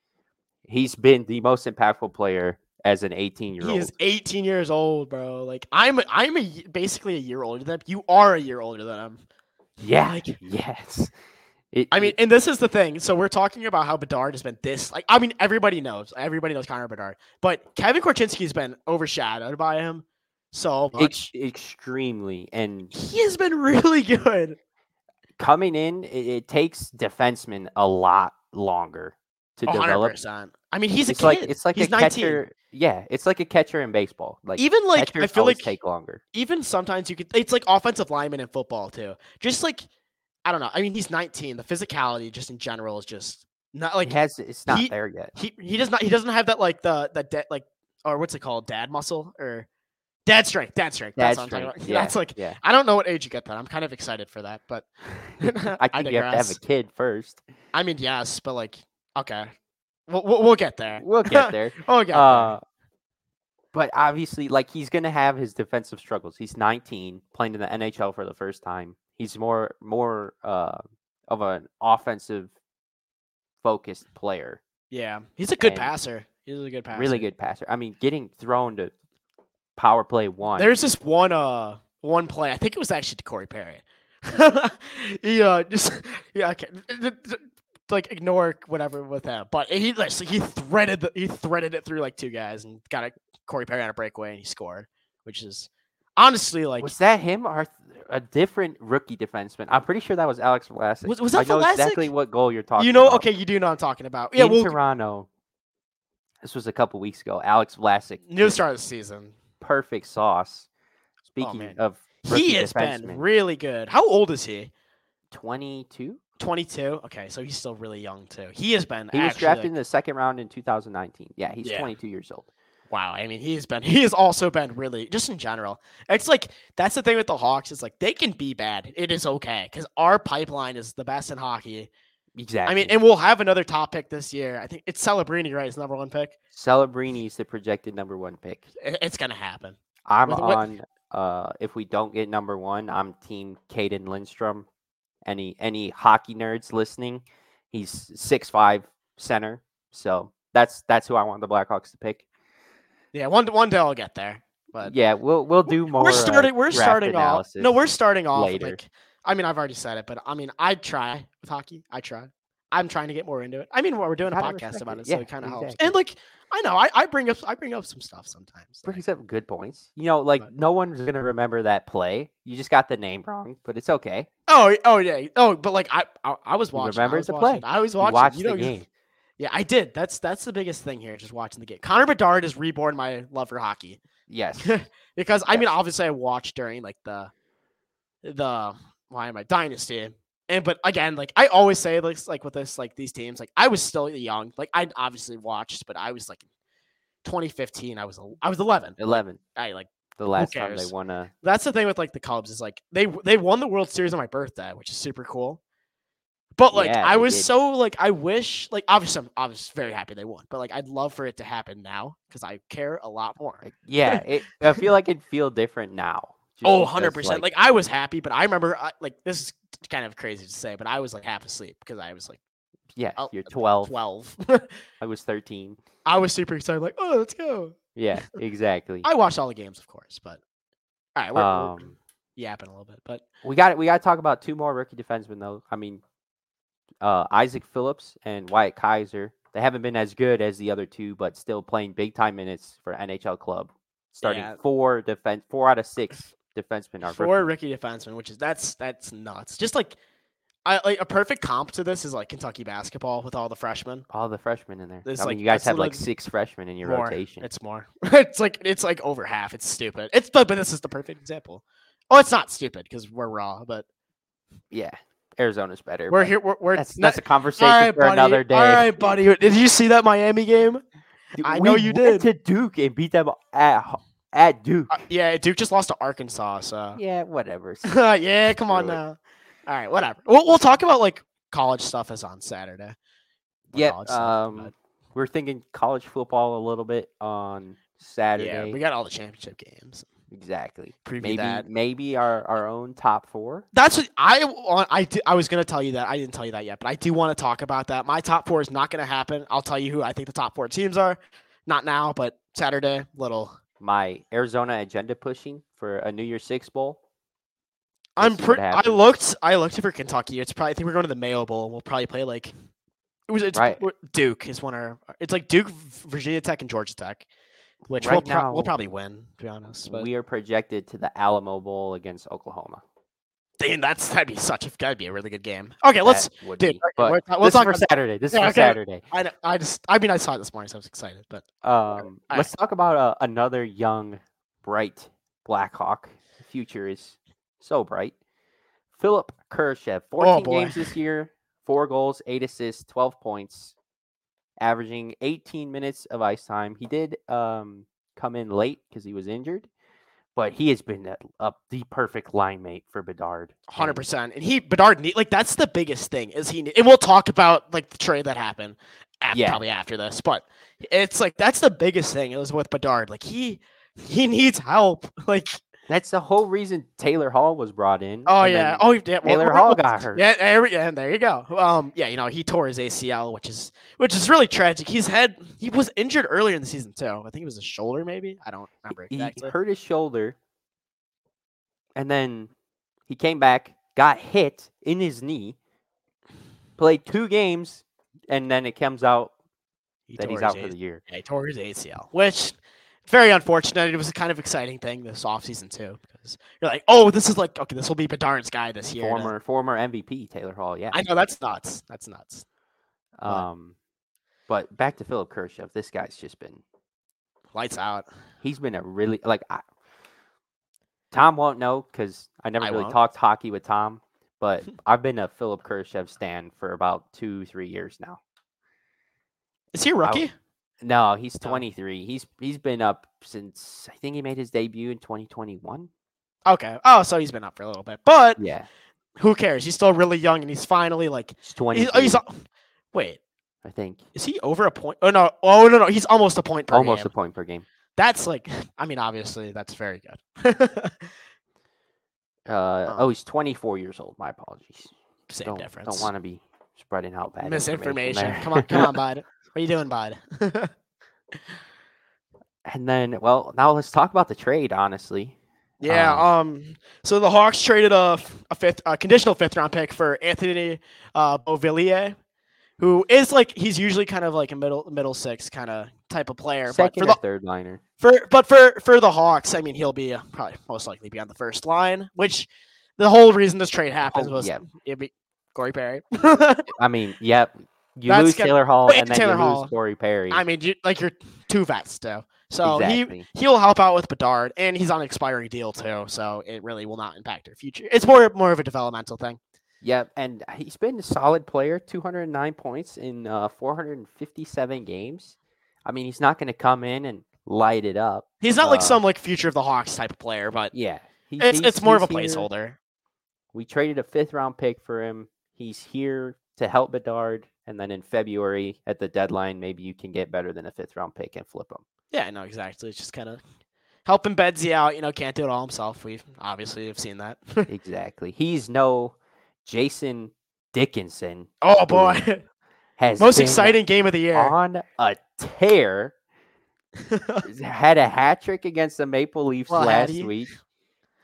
Speaker 1: He's been the most impactful player as an 18 year
Speaker 2: He
Speaker 1: old.
Speaker 2: is 18 years old, bro. Like I'm, I'm a, y- basically a year older than him. You are a year older than him.
Speaker 1: Yeah.
Speaker 2: like-
Speaker 1: yes. It-
Speaker 2: I mean,
Speaker 1: it-
Speaker 2: and this is the thing. So we're talking about how Bedard has been this. Like, I mean, everybody knows, everybody knows Connor Bedard, but Kevin Korchinski's been overshadowed by him so
Speaker 1: ex-
Speaker 2: much.
Speaker 1: extremely. And
Speaker 2: he has been really good.
Speaker 1: coming in, it, it takes defensemen a lot longer to develop.
Speaker 2: 100%. I mean, he's
Speaker 1: it's
Speaker 2: a kid.
Speaker 1: like it's like
Speaker 2: he's
Speaker 1: a
Speaker 2: 19.
Speaker 1: catcher. Yeah, it's like a catcher in baseball. Like
Speaker 2: Even like I
Speaker 1: catchers
Speaker 2: feel
Speaker 1: always
Speaker 2: like
Speaker 1: take longer.
Speaker 2: even sometimes you could it's like offensive linemen in football too. Just like I don't know. I mean, he's 19. The physicality just in general is just not like
Speaker 1: Like has it's not
Speaker 2: he-
Speaker 1: there yet.
Speaker 2: he he does not he doesn't have that like the the de- like or what's it called dad muscle or dad strength dad strength
Speaker 1: Dad
Speaker 2: that's what I'm talking
Speaker 1: strength,
Speaker 2: about.
Speaker 1: yeah,
Speaker 2: that's like
Speaker 1: yeah.
Speaker 2: I don't know what age you get that I'm kind of excited for that but I,
Speaker 1: I think you have to have
Speaker 2: digress.
Speaker 1: a kid first.
Speaker 2: I mean yes but like okay we'll we'll, we'll get there
Speaker 1: We'll get there.
Speaker 2: oh yeah
Speaker 1: uh, but obviously, like he's gonna have his defensive struggles. He's 19, playing in the NHL for the first time. He's more more uh, of an offensive focused player.
Speaker 2: yeah he's a good
Speaker 1: and-
Speaker 2: passer he's a good passer
Speaker 1: Really good passer. I mean, getting thrown to power play one.
Speaker 2: There's this one uh one play. I think it was actually to Corey Perry. yeah, just yeah. Okay, th- th- th- like ignore whatever with that. But he like so he threaded the, he threaded it through like two guys and got a Corey Perry on a breakaway and he scored, which is honestly like
Speaker 1: was that him or th- a different rookie defenseman? I'm pretty sure that was Alex Vlasic.
Speaker 2: Was- was
Speaker 1: I
Speaker 2: that
Speaker 1: know exactly
Speaker 2: Vlasic?
Speaker 1: what goal you're talking.
Speaker 2: you know.
Speaker 1: about.
Speaker 2: Okay, you do know what I'm talking about. Yeah,
Speaker 1: in
Speaker 2: well,
Speaker 1: Toronto. This was a couple weeks ago. Alex Vlasic,
Speaker 2: new
Speaker 1: just
Speaker 2: start of the season.
Speaker 1: perfect sauce. Speaking
Speaker 2: Oh, man.
Speaker 1: of, rookie
Speaker 2: He has been
Speaker 1: defensemen,
Speaker 2: really good. How old is he?
Speaker 1: 22.
Speaker 2: 22. Okay, so he's still really young too. He has been.
Speaker 1: He was
Speaker 2: actually, like-
Speaker 1: drafted in the second round in 2019. Yeah, he's
Speaker 2: Yeah.
Speaker 1: 22 years old.
Speaker 2: Wow, I mean, he's been he has also been really just in general. It's like that's the thing with the Hawks is like they can be bad. It is okay because our pipeline is the best in hockey.
Speaker 1: Exactly.
Speaker 2: I mean, and we'll have another top pick this year. I think it's Celebrini, right? It's number one pick.
Speaker 1: Celebrini is the projected number one pick.
Speaker 2: I- It's gonna happen.
Speaker 1: I'm
Speaker 2: With what-
Speaker 1: on. Uh, if we don't get number one, I'm team Caden Lindstrom. Any any hockey nerds listening? He's six five center. So that's that's who I want the Blackhawks to pick.
Speaker 2: Yeah, one one day I'll get there. But
Speaker 1: yeah, we'll we'll do more.
Speaker 2: we're starting.
Speaker 1: Uh,
Speaker 2: We're
Speaker 1: draft
Speaker 2: starting off.
Speaker 1: analysis.
Speaker 2: No, we're starting off.
Speaker 1: later.
Speaker 2: Like, I mean, I've already said it, but I mean, I try with hockey. I try. I'm trying to get more into it. I mean, what we're doing a
Speaker 1: Gotta
Speaker 2: podcast
Speaker 1: respect
Speaker 2: about
Speaker 1: it.
Speaker 2: it,
Speaker 1: Yeah,
Speaker 2: so it kind of helps.
Speaker 1: exactly.
Speaker 2: And like, I know I, I bring up I bring up some stuff sometimes. like-
Speaker 1: brings up good points. You know, like
Speaker 2: But-
Speaker 1: no one's gonna remember that play. You just got the name wrong, but it's okay.
Speaker 2: Oh, oh yeah. Oh, but like I, I, I was watching.
Speaker 1: remember
Speaker 2: I was
Speaker 1: the
Speaker 2: watching.
Speaker 1: play.
Speaker 2: I was
Speaker 1: You
Speaker 2: watching.
Speaker 1: watched
Speaker 2: you
Speaker 1: the
Speaker 2: know,
Speaker 1: game.
Speaker 2: Yeah, I did. That's that's the biggest thing here. Just watching the game. Connor Bedard has reborn my love for hockey
Speaker 1: Yes.
Speaker 2: because I mean,
Speaker 1: Yes.
Speaker 2: obviously, I watched during like the the why am I dynasty. And but again, like I always say, like s- like with this, like these teams, like I was still young. Like I obviously watched, but I was like 2015. I was el- I was 11.
Speaker 1: Eleven.
Speaker 2: I like
Speaker 1: The last time they
Speaker 2: cares?
Speaker 1: won a
Speaker 2: that's the thing with like the Cubs is like they w- they won the World Series on my birthday, which is super cool. But like
Speaker 1: Yeah,
Speaker 2: I
Speaker 1: they
Speaker 2: was
Speaker 1: did.
Speaker 2: so like I wish like obviously I'm obviously very happy they won, but like I'd love for it to happen now because I care a lot more.
Speaker 1: Like, yeah, it, I feel like it'd feel different now. just
Speaker 2: Oh,
Speaker 1: because,
Speaker 2: 100 percent. Like I was happy, but I remember I, like this is kind of crazy to say, but I was like half asleep because I was like
Speaker 1: yeah,
Speaker 2: oh,
Speaker 1: you're 12.
Speaker 2: 12.
Speaker 1: I was 13.
Speaker 2: I was super excited, like oh let's go.
Speaker 1: Yeah, exactly.
Speaker 2: I watched all the games, of course, but all right, we're, we're
Speaker 1: um,
Speaker 2: yapping a little bit, but
Speaker 1: we got we got to talk about two more rookie defensemen though. I mean, uh, Isaac Phillips and Wyatt Kaiser. They haven't been as good as the other two, but still playing big time minutes for NHL club. Starting
Speaker 2: Yeah.
Speaker 1: four defense, four out of six defensemen are
Speaker 2: for a
Speaker 1: rookies.
Speaker 2: rookie defenseman, which is that's that's nuts. Just like I like a perfect comp to this is like Kentucky basketball with all the freshmen.
Speaker 1: all the freshmen in there.
Speaker 2: It's
Speaker 1: I
Speaker 2: like-
Speaker 1: mean, you guys
Speaker 2: that's
Speaker 1: have like
Speaker 2: literally
Speaker 1: six freshmen in your
Speaker 2: more.
Speaker 1: rotation.
Speaker 2: It's more. it's like it's like over half. It's stupid. It's but but this is the perfect example. Oh, it's not stupid because we're raw, but
Speaker 1: Yeah, Arizona's better.
Speaker 2: we're
Speaker 1: but
Speaker 2: here. We're, we're
Speaker 1: That's
Speaker 2: not-
Speaker 1: that's a conversation for
Speaker 2: buddy.
Speaker 1: another day.
Speaker 2: All right, buddy. Did you see that Miami game?
Speaker 1: Dude,
Speaker 2: I
Speaker 1: we
Speaker 2: know you
Speaker 1: went To Duke and beat them at ho- at Duke.
Speaker 2: Uh, yeah, Duke just lost to Arkansas. So
Speaker 1: yeah, whatever. So
Speaker 2: yeah, come on
Speaker 1: Screw it.
Speaker 2: now. All right, whatever. We'll we'll talk about like college stuff is on Saturday. More
Speaker 1: yeah,
Speaker 2: college stuff, but-
Speaker 1: um, we're thinking college football a little bit on Saturday.
Speaker 2: yeah, we got all the championship games.
Speaker 1: exactly.
Speaker 2: Preview
Speaker 1: Maybe
Speaker 2: that.
Speaker 1: maybe our our own top four.
Speaker 2: That's what I want. I di- I was gonna tell you that. I didn't tell you that yet, but I do want to talk about that. My top four is not gonna happen. I'll tell you who I think the top four teams are. Not now, but Saturday. Little.
Speaker 1: My Arizona agenda pushing for a New Year's Six bowl.
Speaker 2: I'm
Speaker 1: see what
Speaker 2: pretty. I
Speaker 1: happens.
Speaker 2: looked. I looked for Kentucky. It's probably. I think we're going to the Mayo Bowl. We'll probably play like. It was. It's
Speaker 1: Right.
Speaker 2: w- Duke is one of. Our, it's like Duke, V- Virginia Tech, and Georgia Tech, which we'll,
Speaker 1: Right
Speaker 2: pro- we'll
Speaker 1: now,
Speaker 2: probably win. To be honest, but
Speaker 1: We are projected to the Alamo Bowl against Oklahoma.
Speaker 2: dang, that's that'd be such a that'd be a really good game. Okay, let's.
Speaker 1: That would
Speaker 2: dude,
Speaker 1: be-
Speaker 2: okay,
Speaker 1: but
Speaker 2: we're ta- we'll
Speaker 1: this is
Speaker 2: talk
Speaker 1: for
Speaker 2: about-
Speaker 1: Saturday. This is
Speaker 2: Yeah,
Speaker 1: for
Speaker 2: okay.
Speaker 1: Saturday.
Speaker 2: I kn- I just. I mean, I saw it this morning, so I was excited, but.
Speaker 1: Um,
Speaker 2: All
Speaker 1: let's talk about uh, another young, bright Blackhawk. The future is so bright. Philip Kershev, 14
Speaker 2: Oh, boy.
Speaker 1: games this year, four goals, eight assists, 12 points, averaging 18 minutes of ice time. He did um, come in late because he was injured, but he has been a, a- the perfect line mate for Bedard.
Speaker 2: Hundred
Speaker 1: and
Speaker 2: percent, and he Bedard need like that's the biggest thing is he need- and we'll talk about like the trade that happened, af-
Speaker 1: Yeah.
Speaker 2: probably after this, but it's like that's the biggest thing is with Bedard like he he needs help like
Speaker 1: That's the whole reason Taylor Hall was brought in.
Speaker 2: oh
Speaker 1: and
Speaker 2: yeah
Speaker 1: then
Speaker 2: oh yeah well,
Speaker 1: Taylor
Speaker 2: well,
Speaker 1: Hall
Speaker 2: well,
Speaker 1: got hurt.
Speaker 2: yeah there, yeah there you go um yeah you know he tore his ACL which is which is really tragic he's had he was injured earlier in the season too I think it was a shoulder maybe I don't remember
Speaker 1: he
Speaker 2: exactly
Speaker 1: hurt his shoulder and then he came back got hit in his knee played two games and then it comes out
Speaker 2: He
Speaker 1: that
Speaker 2: tore
Speaker 1: he's
Speaker 2: his
Speaker 1: out for
Speaker 2: AC
Speaker 1: the year
Speaker 2: Yeah, he tore his ACL, which very unfortunate. It was a kind of exciting thing this offseason too, because you're like, oh, this is like okay, this will be Bedard's guy this year. and, uh,
Speaker 1: former former mvp taylor hall yeah
Speaker 2: I know that's nuts. That's nuts. but-
Speaker 1: um but back to philip kershev this guy's just been
Speaker 2: Lights out.
Speaker 1: he's been a really like I, Tom won't know because I never
Speaker 2: I
Speaker 1: really
Speaker 2: won't.
Speaker 1: talked hockey with Tom, but I've been a Philip Kershev stan for about two three years now.
Speaker 2: Is he a rookie?
Speaker 1: No, he's
Speaker 2: No.
Speaker 1: 23. He's he's been up since I think he made his debut in 2021.
Speaker 2: Okay. Oh, so he's been up for a little bit, but
Speaker 1: Yeah,
Speaker 2: who cares? He's still really young, and he's finally like
Speaker 1: he's 20.
Speaker 2: he's, oh, he's al- wait.
Speaker 1: I think
Speaker 2: Is he over a point? Oh no! Oh no! No, he's almost a point per
Speaker 1: almost
Speaker 2: game.
Speaker 1: a point per game.
Speaker 2: That's like, I mean, obviously, that's very good.
Speaker 1: Uh, oh, he's 24 years old. My apologies.
Speaker 2: Uh-huh. Same
Speaker 1: don't,
Speaker 2: difference.
Speaker 1: Don't want to be spreading out bad
Speaker 2: misinformation.
Speaker 1: there.
Speaker 2: Come on, come on, bud. What are you doing, bud?
Speaker 1: And then, well, now let's talk about the trade. Honestly,
Speaker 2: Yeah.
Speaker 1: Um,
Speaker 2: Um, So the Hawks traded a, f- a fifth, a conditional fifth round pick for Anthony uh, Beauvillier, who is like he's usually kind of like a middle middle six kind of type of player. But for
Speaker 1: second
Speaker 2: the
Speaker 1: or third liner.
Speaker 2: for but for for the Hawks, I mean he'll be uh, probably most likely be on the first line, which the whole reason this trade happened
Speaker 1: Oh,
Speaker 2: was
Speaker 1: yeah.
Speaker 2: it'd be Corey Perry.
Speaker 1: I mean, yep. You
Speaker 2: That's
Speaker 1: lose
Speaker 2: gonna-
Speaker 1: Taylor Hall
Speaker 2: Wait,
Speaker 1: and then
Speaker 2: Taylor
Speaker 1: you
Speaker 2: Hall.
Speaker 1: lose Corey Perry.
Speaker 2: I mean, you, like you're two vets though, so he
Speaker 1: exactly.
Speaker 2: he'll help out with Bedard, and he's on an expiring deal too, so it really will not impact their future. It's more more of a developmental thing.
Speaker 1: Yep, and he's been a solid player. Two hundred nine points in uh, four hundred and fifty-seven games. I mean, he's not going to come in and light it up.
Speaker 2: He's not like
Speaker 1: Uh,
Speaker 2: some like future of the Hawks type of player, but
Speaker 1: Yeah, he-
Speaker 2: it's
Speaker 1: he's-
Speaker 2: it's more of a
Speaker 1: he's here.
Speaker 2: placeholder.
Speaker 1: We traded a fifth-round pick for him. He's here to help Bedard, and then in February at the deadline, maybe you can get better than a fifth-round pick and flip him.
Speaker 2: Yeah, no, exactly. It's just kind of helping Bedsy out. You know, can't do it all himself. We've obviously have seen that.
Speaker 1: exactly. He's no Jason Dickinson.
Speaker 2: oh boy,
Speaker 1: Has
Speaker 2: most
Speaker 1: been
Speaker 2: exciting game of the year.
Speaker 1: on a tear. had a hat trick against the Maple Leafs
Speaker 2: Well, had
Speaker 1: last
Speaker 2: he?
Speaker 1: week.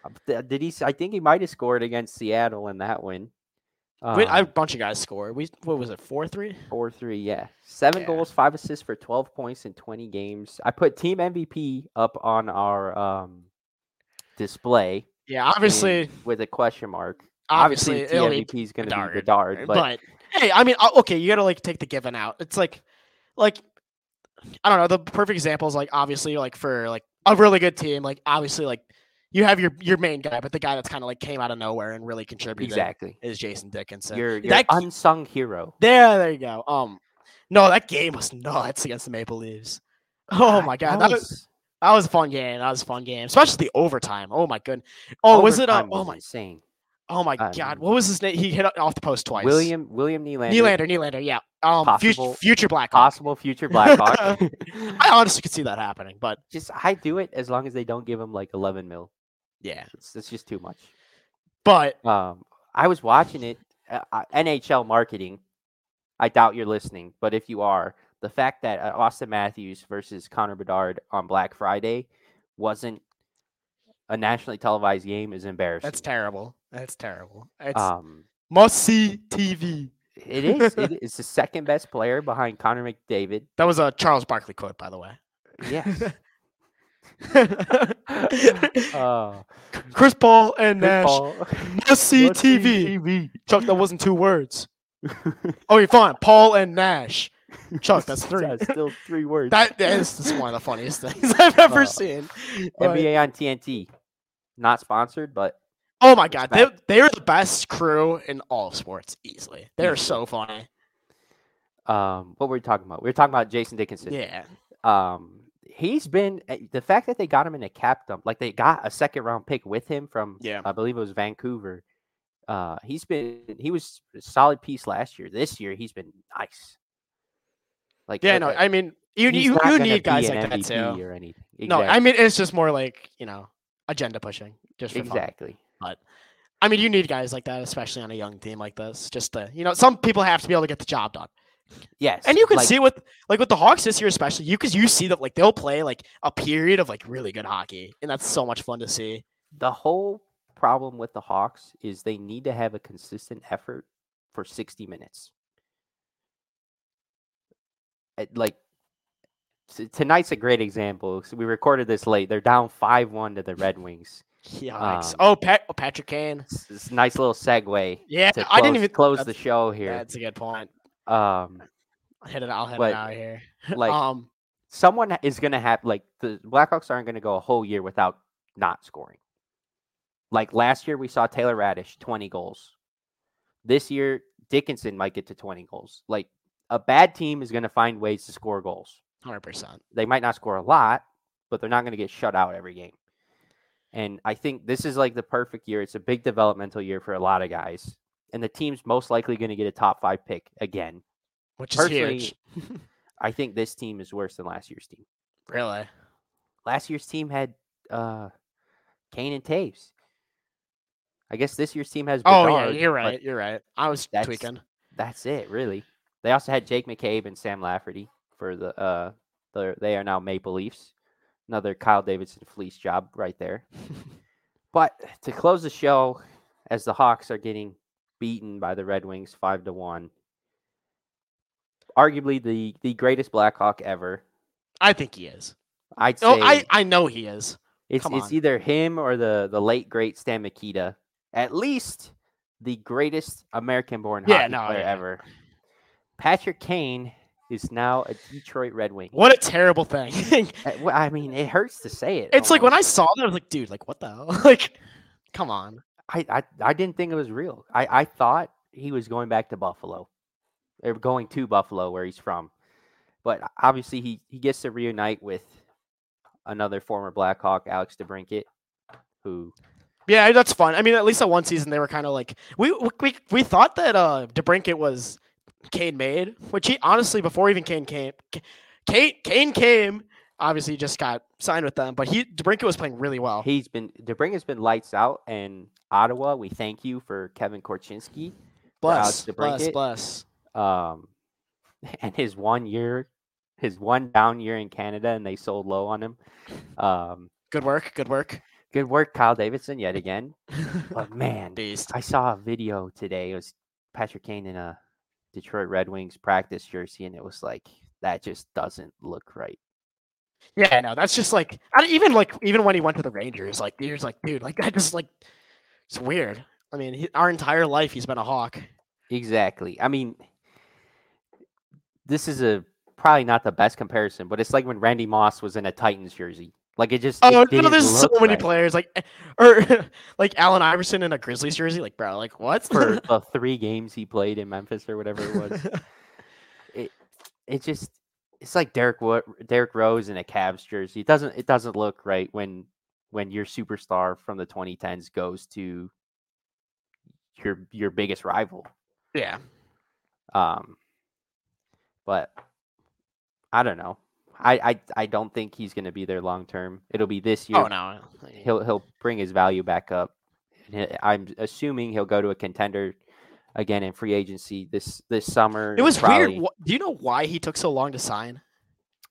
Speaker 1: Uh, th- Did he? s- I think he might have scored against Seattle in that win.
Speaker 2: We, a
Speaker 1: Um,
Speaker 2: bunch of guys scored. We what was it four three?
Speaker 1: four three, yeah, seven
Speaker 2: Yeah.
Speaker 1: goals, five assists for twelve points in twenty games. I put team MVP up on our um display
Speaker 2: Yeah, obviously,
Speaker 1: and- with a question mark.
Speaker 2: obviously,
Speaker 1: team
Speaker 2: it'll be
Speaker 1: MVP is going to be
Speaker 2: Bedard,
Speaker 1: Bedard, but,
Speaker 2: but, hey, I mean, uh, okay, you gotta like take the given out. It's like, like, I don't know. The perfect example is like obviously like for like a really good team. Like obviously like you have your your main guy, but the guy that's kind of like came out of nowhere and really contributed
Speaker 1: exactly,
Speaker 2: is Jason Dickinson.
Speaker 1: your, your
Speaker 2: that-
Speaker 1: unsung hero.
Speaker 2: there, there you go. Um, no, that game was nuts against the Maple Leafs. Oh
Speaker 1: God,
Speaker 2: my god, that was that was a fun game. That was a fun game, especially the overtime. Oh my goodness. Oh, was it? Uh,
Speaker 1: overtime
Speaker 2: oh
Speaker 1: was
Speaker 2: my.
Speaker 1: insane?
Speaker 2: Oh my
Speaker 1: I
Speaker 2: god.
Speaker 1: mean-
Speaker 2: What was his name? He hit it off the post twice.
Speaker 1: William William Nylander,
Speaker 2: Nylander, Nylander, yeah. Um, future,
Speaker 1: Possible-
Speaker 2: future Black
Speaker 1: possible future Blackhawk.
Speaker 2: I honestly could see that happening, but
Speaker 1: just I do it as long as they don't give him like 11 mil.
Speaker 2: yeah.
Speaker 1: It's, it's just too much.
Speaker 2: But
Speaker 1: Um, I was watching it, uh, uh, NHL marketing. I doubt you're listening, but if you are, the fact that uh, Austin Matthews versus Connor Bedard on Black Friday wasn't a nationally televised game is embarrassing.
Speaker 2: that's terrible. That's terrible. It's
Speaker 1: um,
Speaker 2: must see TV.
Speaker 1: it is. It is the second best player behind Connor McDavid.
Speaker 2: That was a Charles Barkley quote, by the way.
Speaker 1: Yes. uh,
Speaker 2: Chris Paul and
Speaker 1: Chris
Speaker 2: Nash
Speaker 1: Paul.
Speaker 2: must see
Speaker 1: Must see
Speaker 2: TV. Chuck, that wasn't two words. Oh, you're fine. Paul and Nash. Chuck, that's three.
Speaker 1: That's still three words.
Speaker 2: That that is just one of the funniest things I've ever
Speaker 1: Uh,
Speaker 2: seen. But-
Speaker 1: NBA on TNT. Not sponsored, but
Speaker 2: Oh my god, they
Speaker 1: Respect.
Speaker 2: they are the best crew in all of sports easily. They're
Speaker 1: Easily.
Speaker 2: so funny.
Speaker 1: um, what were we talking about? We were talking about Jason Dickinson.
Speaker 2: Yeah.
Speaker 1: Um, he's been eh, the fact that they got him in a cap dump, like they got a second round pick with him from,
Speaker 2: Yeah.
Speaker 1: I believe it was Vancouver. Uh, he's been he was a solid piece last year. This year he's been nice. Like
Speaker 2: Yeah,
Speaker 1: eh,
Speaker 2: no,
Speaker 1: eh,
Speaker 2: I mean you
Speaker 1: he's
Speaker 2: you,
Speaker 1: not
Speaker 2: you
Speaker 1: gonna
Speaker 2: need
Speaker 1: be
Speaker 2: guys
Speaker 1: an
Speaker 2: like that
Speaker 1: MVP
Speaker 2: too.
Speaker 1: or E anything.
Speaker 2: No, I
Speaker 1: Exactly.
Speaker 2: mean it's just more like, you know, agenda pushing. Just for fun.
Speaker 1: exactly.
Speaker 2: I mean you need guys like that, especially on a young team like this. Just to you know, some people have to be able to get the job done.
Speaker 1: Yes,
Speaker 2: And you can
Speaker 1: like,
Speaker 2: see with like with the Hawks this year especially, you cause you see that like they'll play like a period of like really good hockey. And that's so much fun to see.
Speaker 1: the whole problem with the Hawks is they need to have a consistent effort for 60 minutes. At, Like t- tonight's a great example. 'cause We recorded this late. They're down 5-1 to the Red Wings.
Speaker 2: Yikes.
Speaker 1: Um,
Speaker 2: oh, Pat, oh, Patrick Kane.
Speaker 1: It's, it's a nice little segue
Speaker 2: Yeah,
Speaker 1: to close,
Speaker 2: I didn't even
Speaker 1: close the
Speaker 2: that's-
Speaker 1: show here.
Speaker 2: That's a good point.
Speaker 1: Um
Speaker 2: I'll hit it. I'll hit
Speaker 1: But,
Speaker 2: it out here.
Speaker 1: like
Speaker 2: um,
Speaker 1: someone is going to have like the Blackhawks aren't going to go a whole year without not scoring. Like last year, we saw Taylor Radish twenty goals. This year, Dickinson might get to twenty goals. Like a bad team is going to find ways to score goals.
Speaker 2: hundred percent.
Speaker 1: They might not score a lot, but they're not going to get shut out every game. And I think this is like the perfect year. It's a big developmental year for a lot of guys, and the team's most likely going to get a top five pick again.
Speaker 2: Which is
Speaker 1: Personally,
Speaker 2: huge.
Speaker 1: I think this team is worse than last year's team.
Speaker 2: Really.
Speaker 1: last year's team had uh Kane and Taves. I guess this year's team has.
Speaker 2: Oh
Speaker 1: Bedard,
Speaker 2: yeah, you're
Speaker 1: but
Speaker 2: right. You're right. I was
Speaker 1: that's-
Speaker 2: tweaking.
Speaker 1: That's it, really. They also had Jake McCabe and Sam Lafferty for the uh, the, they are now Maple Leafs. another Kyle Davidson fleece job right there. but to close the show, as the Hawks are getting beaten by the Red Wings five to one, arguably the the greatest Blackhawk ever.
Speaker 2: I think he is.
Speaker 1: I'd say
Speaker 2: Oh, I, I know he is.
Speaker 1: it's
Speaker 2: come
Speaker 1: it's
Speaker 2: on.
Speaker 1: either him or the the late great Stan Mikita, at least the greatest American-born
Speaker 2: Yeah,
Speaker 1: hockey
Speaker 2: no,
Speaker 1: player
Speaker 2: yeah.
Speaker 1: ever. Patrick Kane is now a Detroit Red Wing.
Speaker 2: What a terrible thing.
Speaker 1: Uh, well, I mean, it hurts to say it.
Speaker 2: it's like when
Speaker 1: almost.
Speaker 2: I saw that, I was like, dude, like what the hell? Like, come on.
Speaker 1: I, I I didn't think it was real. I, I thought he was going back to Buffalo, or going to Buffalo where he's from, but obviously he he gets to reunite with another former Blackhawk, Alex DeBrinket, who
Speaker 2: Yeah, that's fun. I mean, at least at one season they were kind of like we we- we we thought that uh DeBrinket was Kane made, which he honestly before even Kane came, K- Kane Kane came. Obviously, he just got signed with them, but he DeBrinket was playing really well.
Speaker 1: he's been DeBrinket's been lights out in Ottawa. We thank you for Kevin Korchinski,
Speaker 2: bless,
Speaker 1: Alex
Speaker 2: bless,
Speaker 1: DeBrincat.
Speaker 2: bless.
Speaker 1: um, and his one year, his one down year in Canada, and they sold low on him. Um,
Speaker 2: Good work, good work.
Speaker 1: good work, Kyle Davidson, yet again. But Oh, man,
Speaker 2: Beast.
Speaker 1: I saw a video today. It was Patrick Kane in a Detroit Red Wings practice jersey, and it was like that just doesn't look right.
Speaker 2: Yeah, no, that's just like I don't, even like even when he went to the Rangers, like he was like, dude, like that just like it's weird. I mean, he, our entire life he's been a hawk.
Speaker 1: Exactly. I mean, this is a probably not the best comparison, but it's like when Randy Moss was in a Titans jersey. Like it just it
Speaker 2: Oh no,
Speaker 1: didn't
Speaker 2: there's so
Speaker 1: look
Speaker 2: many
Speaker 1: right
Speaker 2: players like, eh, or like Allen Iverson in a Grizzlies jersey. Like, bro, like what?
Speaker 1: for the three games he played in Memphis or whatever it was. it just it's like Derek Wo- Derek Rose in a Cavs jersey. It doesn't it doesn't look right when when your superstar from the 2010s goes to your your biggest rival.
Speaker 2: yeah,
Speaker 1: Um but I don't know. I I, I don't think he's going to be there long term. It'll be this year.
Speaker 2: oh no,
Speaker 1: He'll he'll bring his value back up. And he- I'm assuming he'll go to a contender again in free agency this this summer.
Speaker 2: it was
Speaker 1: probably-
Speaker 2: weird. Wh- Do you know why he took so long to sign?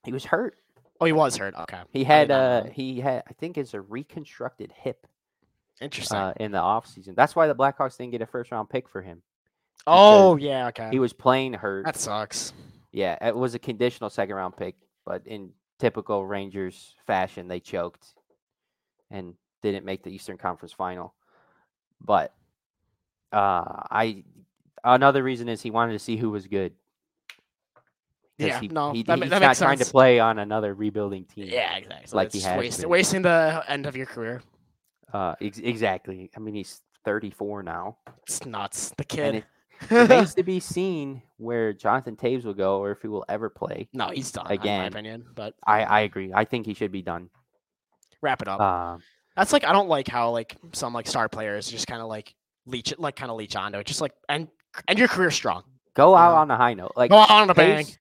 Speaker 1: He was hurt.
Speaker 2: Oh, he was hurt. Okay,
Speaker 1: He
Speaker 2: I
Speaker 1: had
Speaker 2: did not know
Speaker 1: uh
Speaker 2: that.
Speaker 1: he had I think it's a reconstructed hip
Speaker 2: interesting.
Speaker 1: uh, in the offseason. That's why the Blackhawks didn't get a first round pick for him.
Speaker 2: oh yeah, okay,
Speaker 1: He was playing hurt.
Speaker 2: that sucks.
Speaker 1: Yeah, it was a conditional second round pick, but in typical Rangers fashion, they choked and didn't make the Eastern Conference final. But uh I another reason is he wanted to see who was good. 'Cause
Speaker 2: Yeah,
Speaker 1: he,
Speaker 2: no,
Speaker 1: he-
Speaker 2: that ma-
Speaker 1: he's
Speaker 2: that
Speaker 1: not
Speaker 2: makes
Speaker 1: trying to
Speaker 2: sense.
Speaker 1: play on another rebuilding team.
Speaker 2: Yeah, exactly.
Speaker 1: Like
Speaker 2: That's
Speaker 1: he
Speaker 2: just
Speaker 1: has
Speaker 2: wasting,
Speaker 1: been.
Speaker 2: wasting the end of your career.
Speaker 1: Uh, ex- exactly. I mean, he's 34 now.
Speaker 2: It's nuts. The
Speaker 1: And
Speaker 2: kid.
Speaker 1: it remains to be seen where Jonathan Taves will go or if he will ever play.
Speaker 2: no, he's done. Again, in my
Speaker 1: again,
Speaker 2: opinion, but
Speaker 1: I, I agree. I think he should be done.
Speaker 2: wrap it up.
Speaker 1: Um,
Speaker 2: That's like I don't like how like some like star players just kind of like leech it, like kind of leech onto it. Just like end end your career strong.
Speaker 1: go out
Speaker 2: Yeah.
Speaker 1: on a high note. Like
Speaker 2: Go out on a bang.
Speaker 1: Taves,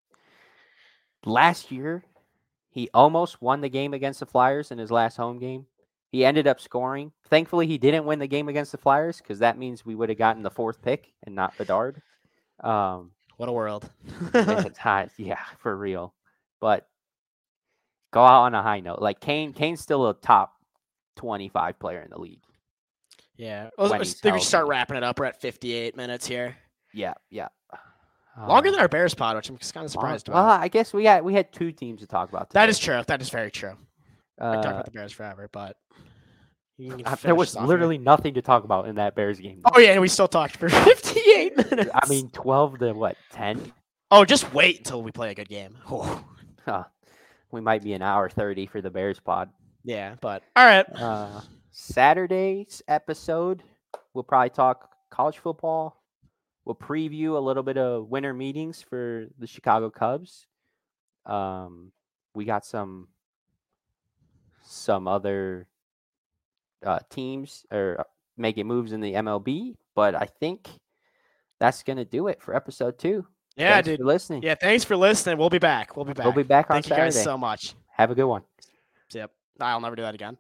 Speaker 1: last year, he almost won the game against the Flyers in his last home game. He ended up scoring. Thankfully, he didn't win the game against the Flyers because that means we would have gotten the fourth pick and not Bedard. Um,
Speaker 2: What a world.
Speaker 1: it's hot. Yeah, for real. But go out on a high note. Like Kane, Kane's still a top twenty-five player in the league.
Speaker 2: yeah. Let's,
Speaker 1: When
Speaker 2: let's-
Speaker 1: he's
Speaker 2: think we should start
Speaker 1: healthy.
Speaker 2: wrapping it up. We're at 58 minutes here.
Speaker 1: Yeah, yeah.
Speaker 2: Longer than
Speaker 1: Um,
Speaker 2: our Bears pod, which I'm just kind of
Speaker 1: long-
Speaker 2: surprised
Speaker 1: Well,
Speaker 2: about.
Speaker 1: I guess we had we had two teams to talk about. Today.
Speaker 2: That is true. That is very true. I talk
Speaker 1: Uh,
Speaker 2: about the Bears forever, but you can
Speaker 1: I- there
Speaker 2: finish
Speaker 1: was
Speaker 2: this off here.
Speaker 1: literally nothing to talk about in that Bears game.
Speaker 2: Oh yeah, and we still talked for 58 minutes.
Speaker 1: I mean, twelve to what ten?
Speaker 2: oh, just wait until we play a good game. Whew.
Speaker 1: We might be an hour thirty for the Bears pod.
Speaker 2: Yeah, but all right.
Speaker 1: Uh, Saturday's episode, we'll probably talk college football. We'll preview a little bit of winter meetings for the Chicago Cubs. Um, we got some some other uh, teams or uh, making moves in the MLB, but I think that's gonna do it for episode two.
Speaker 2: Yeah,
Speaker 1: Thanks
Speaker 2: dude.
Speaker 1: for listening.
Speaker 2: Yeah, thanks for listening. We'll be back. We'll be back.
Speaker 1: We'll be back on
Speaker 2: Thank you
Speaker 1: Saturday.
Speaker 2: guys so much.
Speaker 1: Have a good one.
Speaker 2: Yep. I'll never do that again.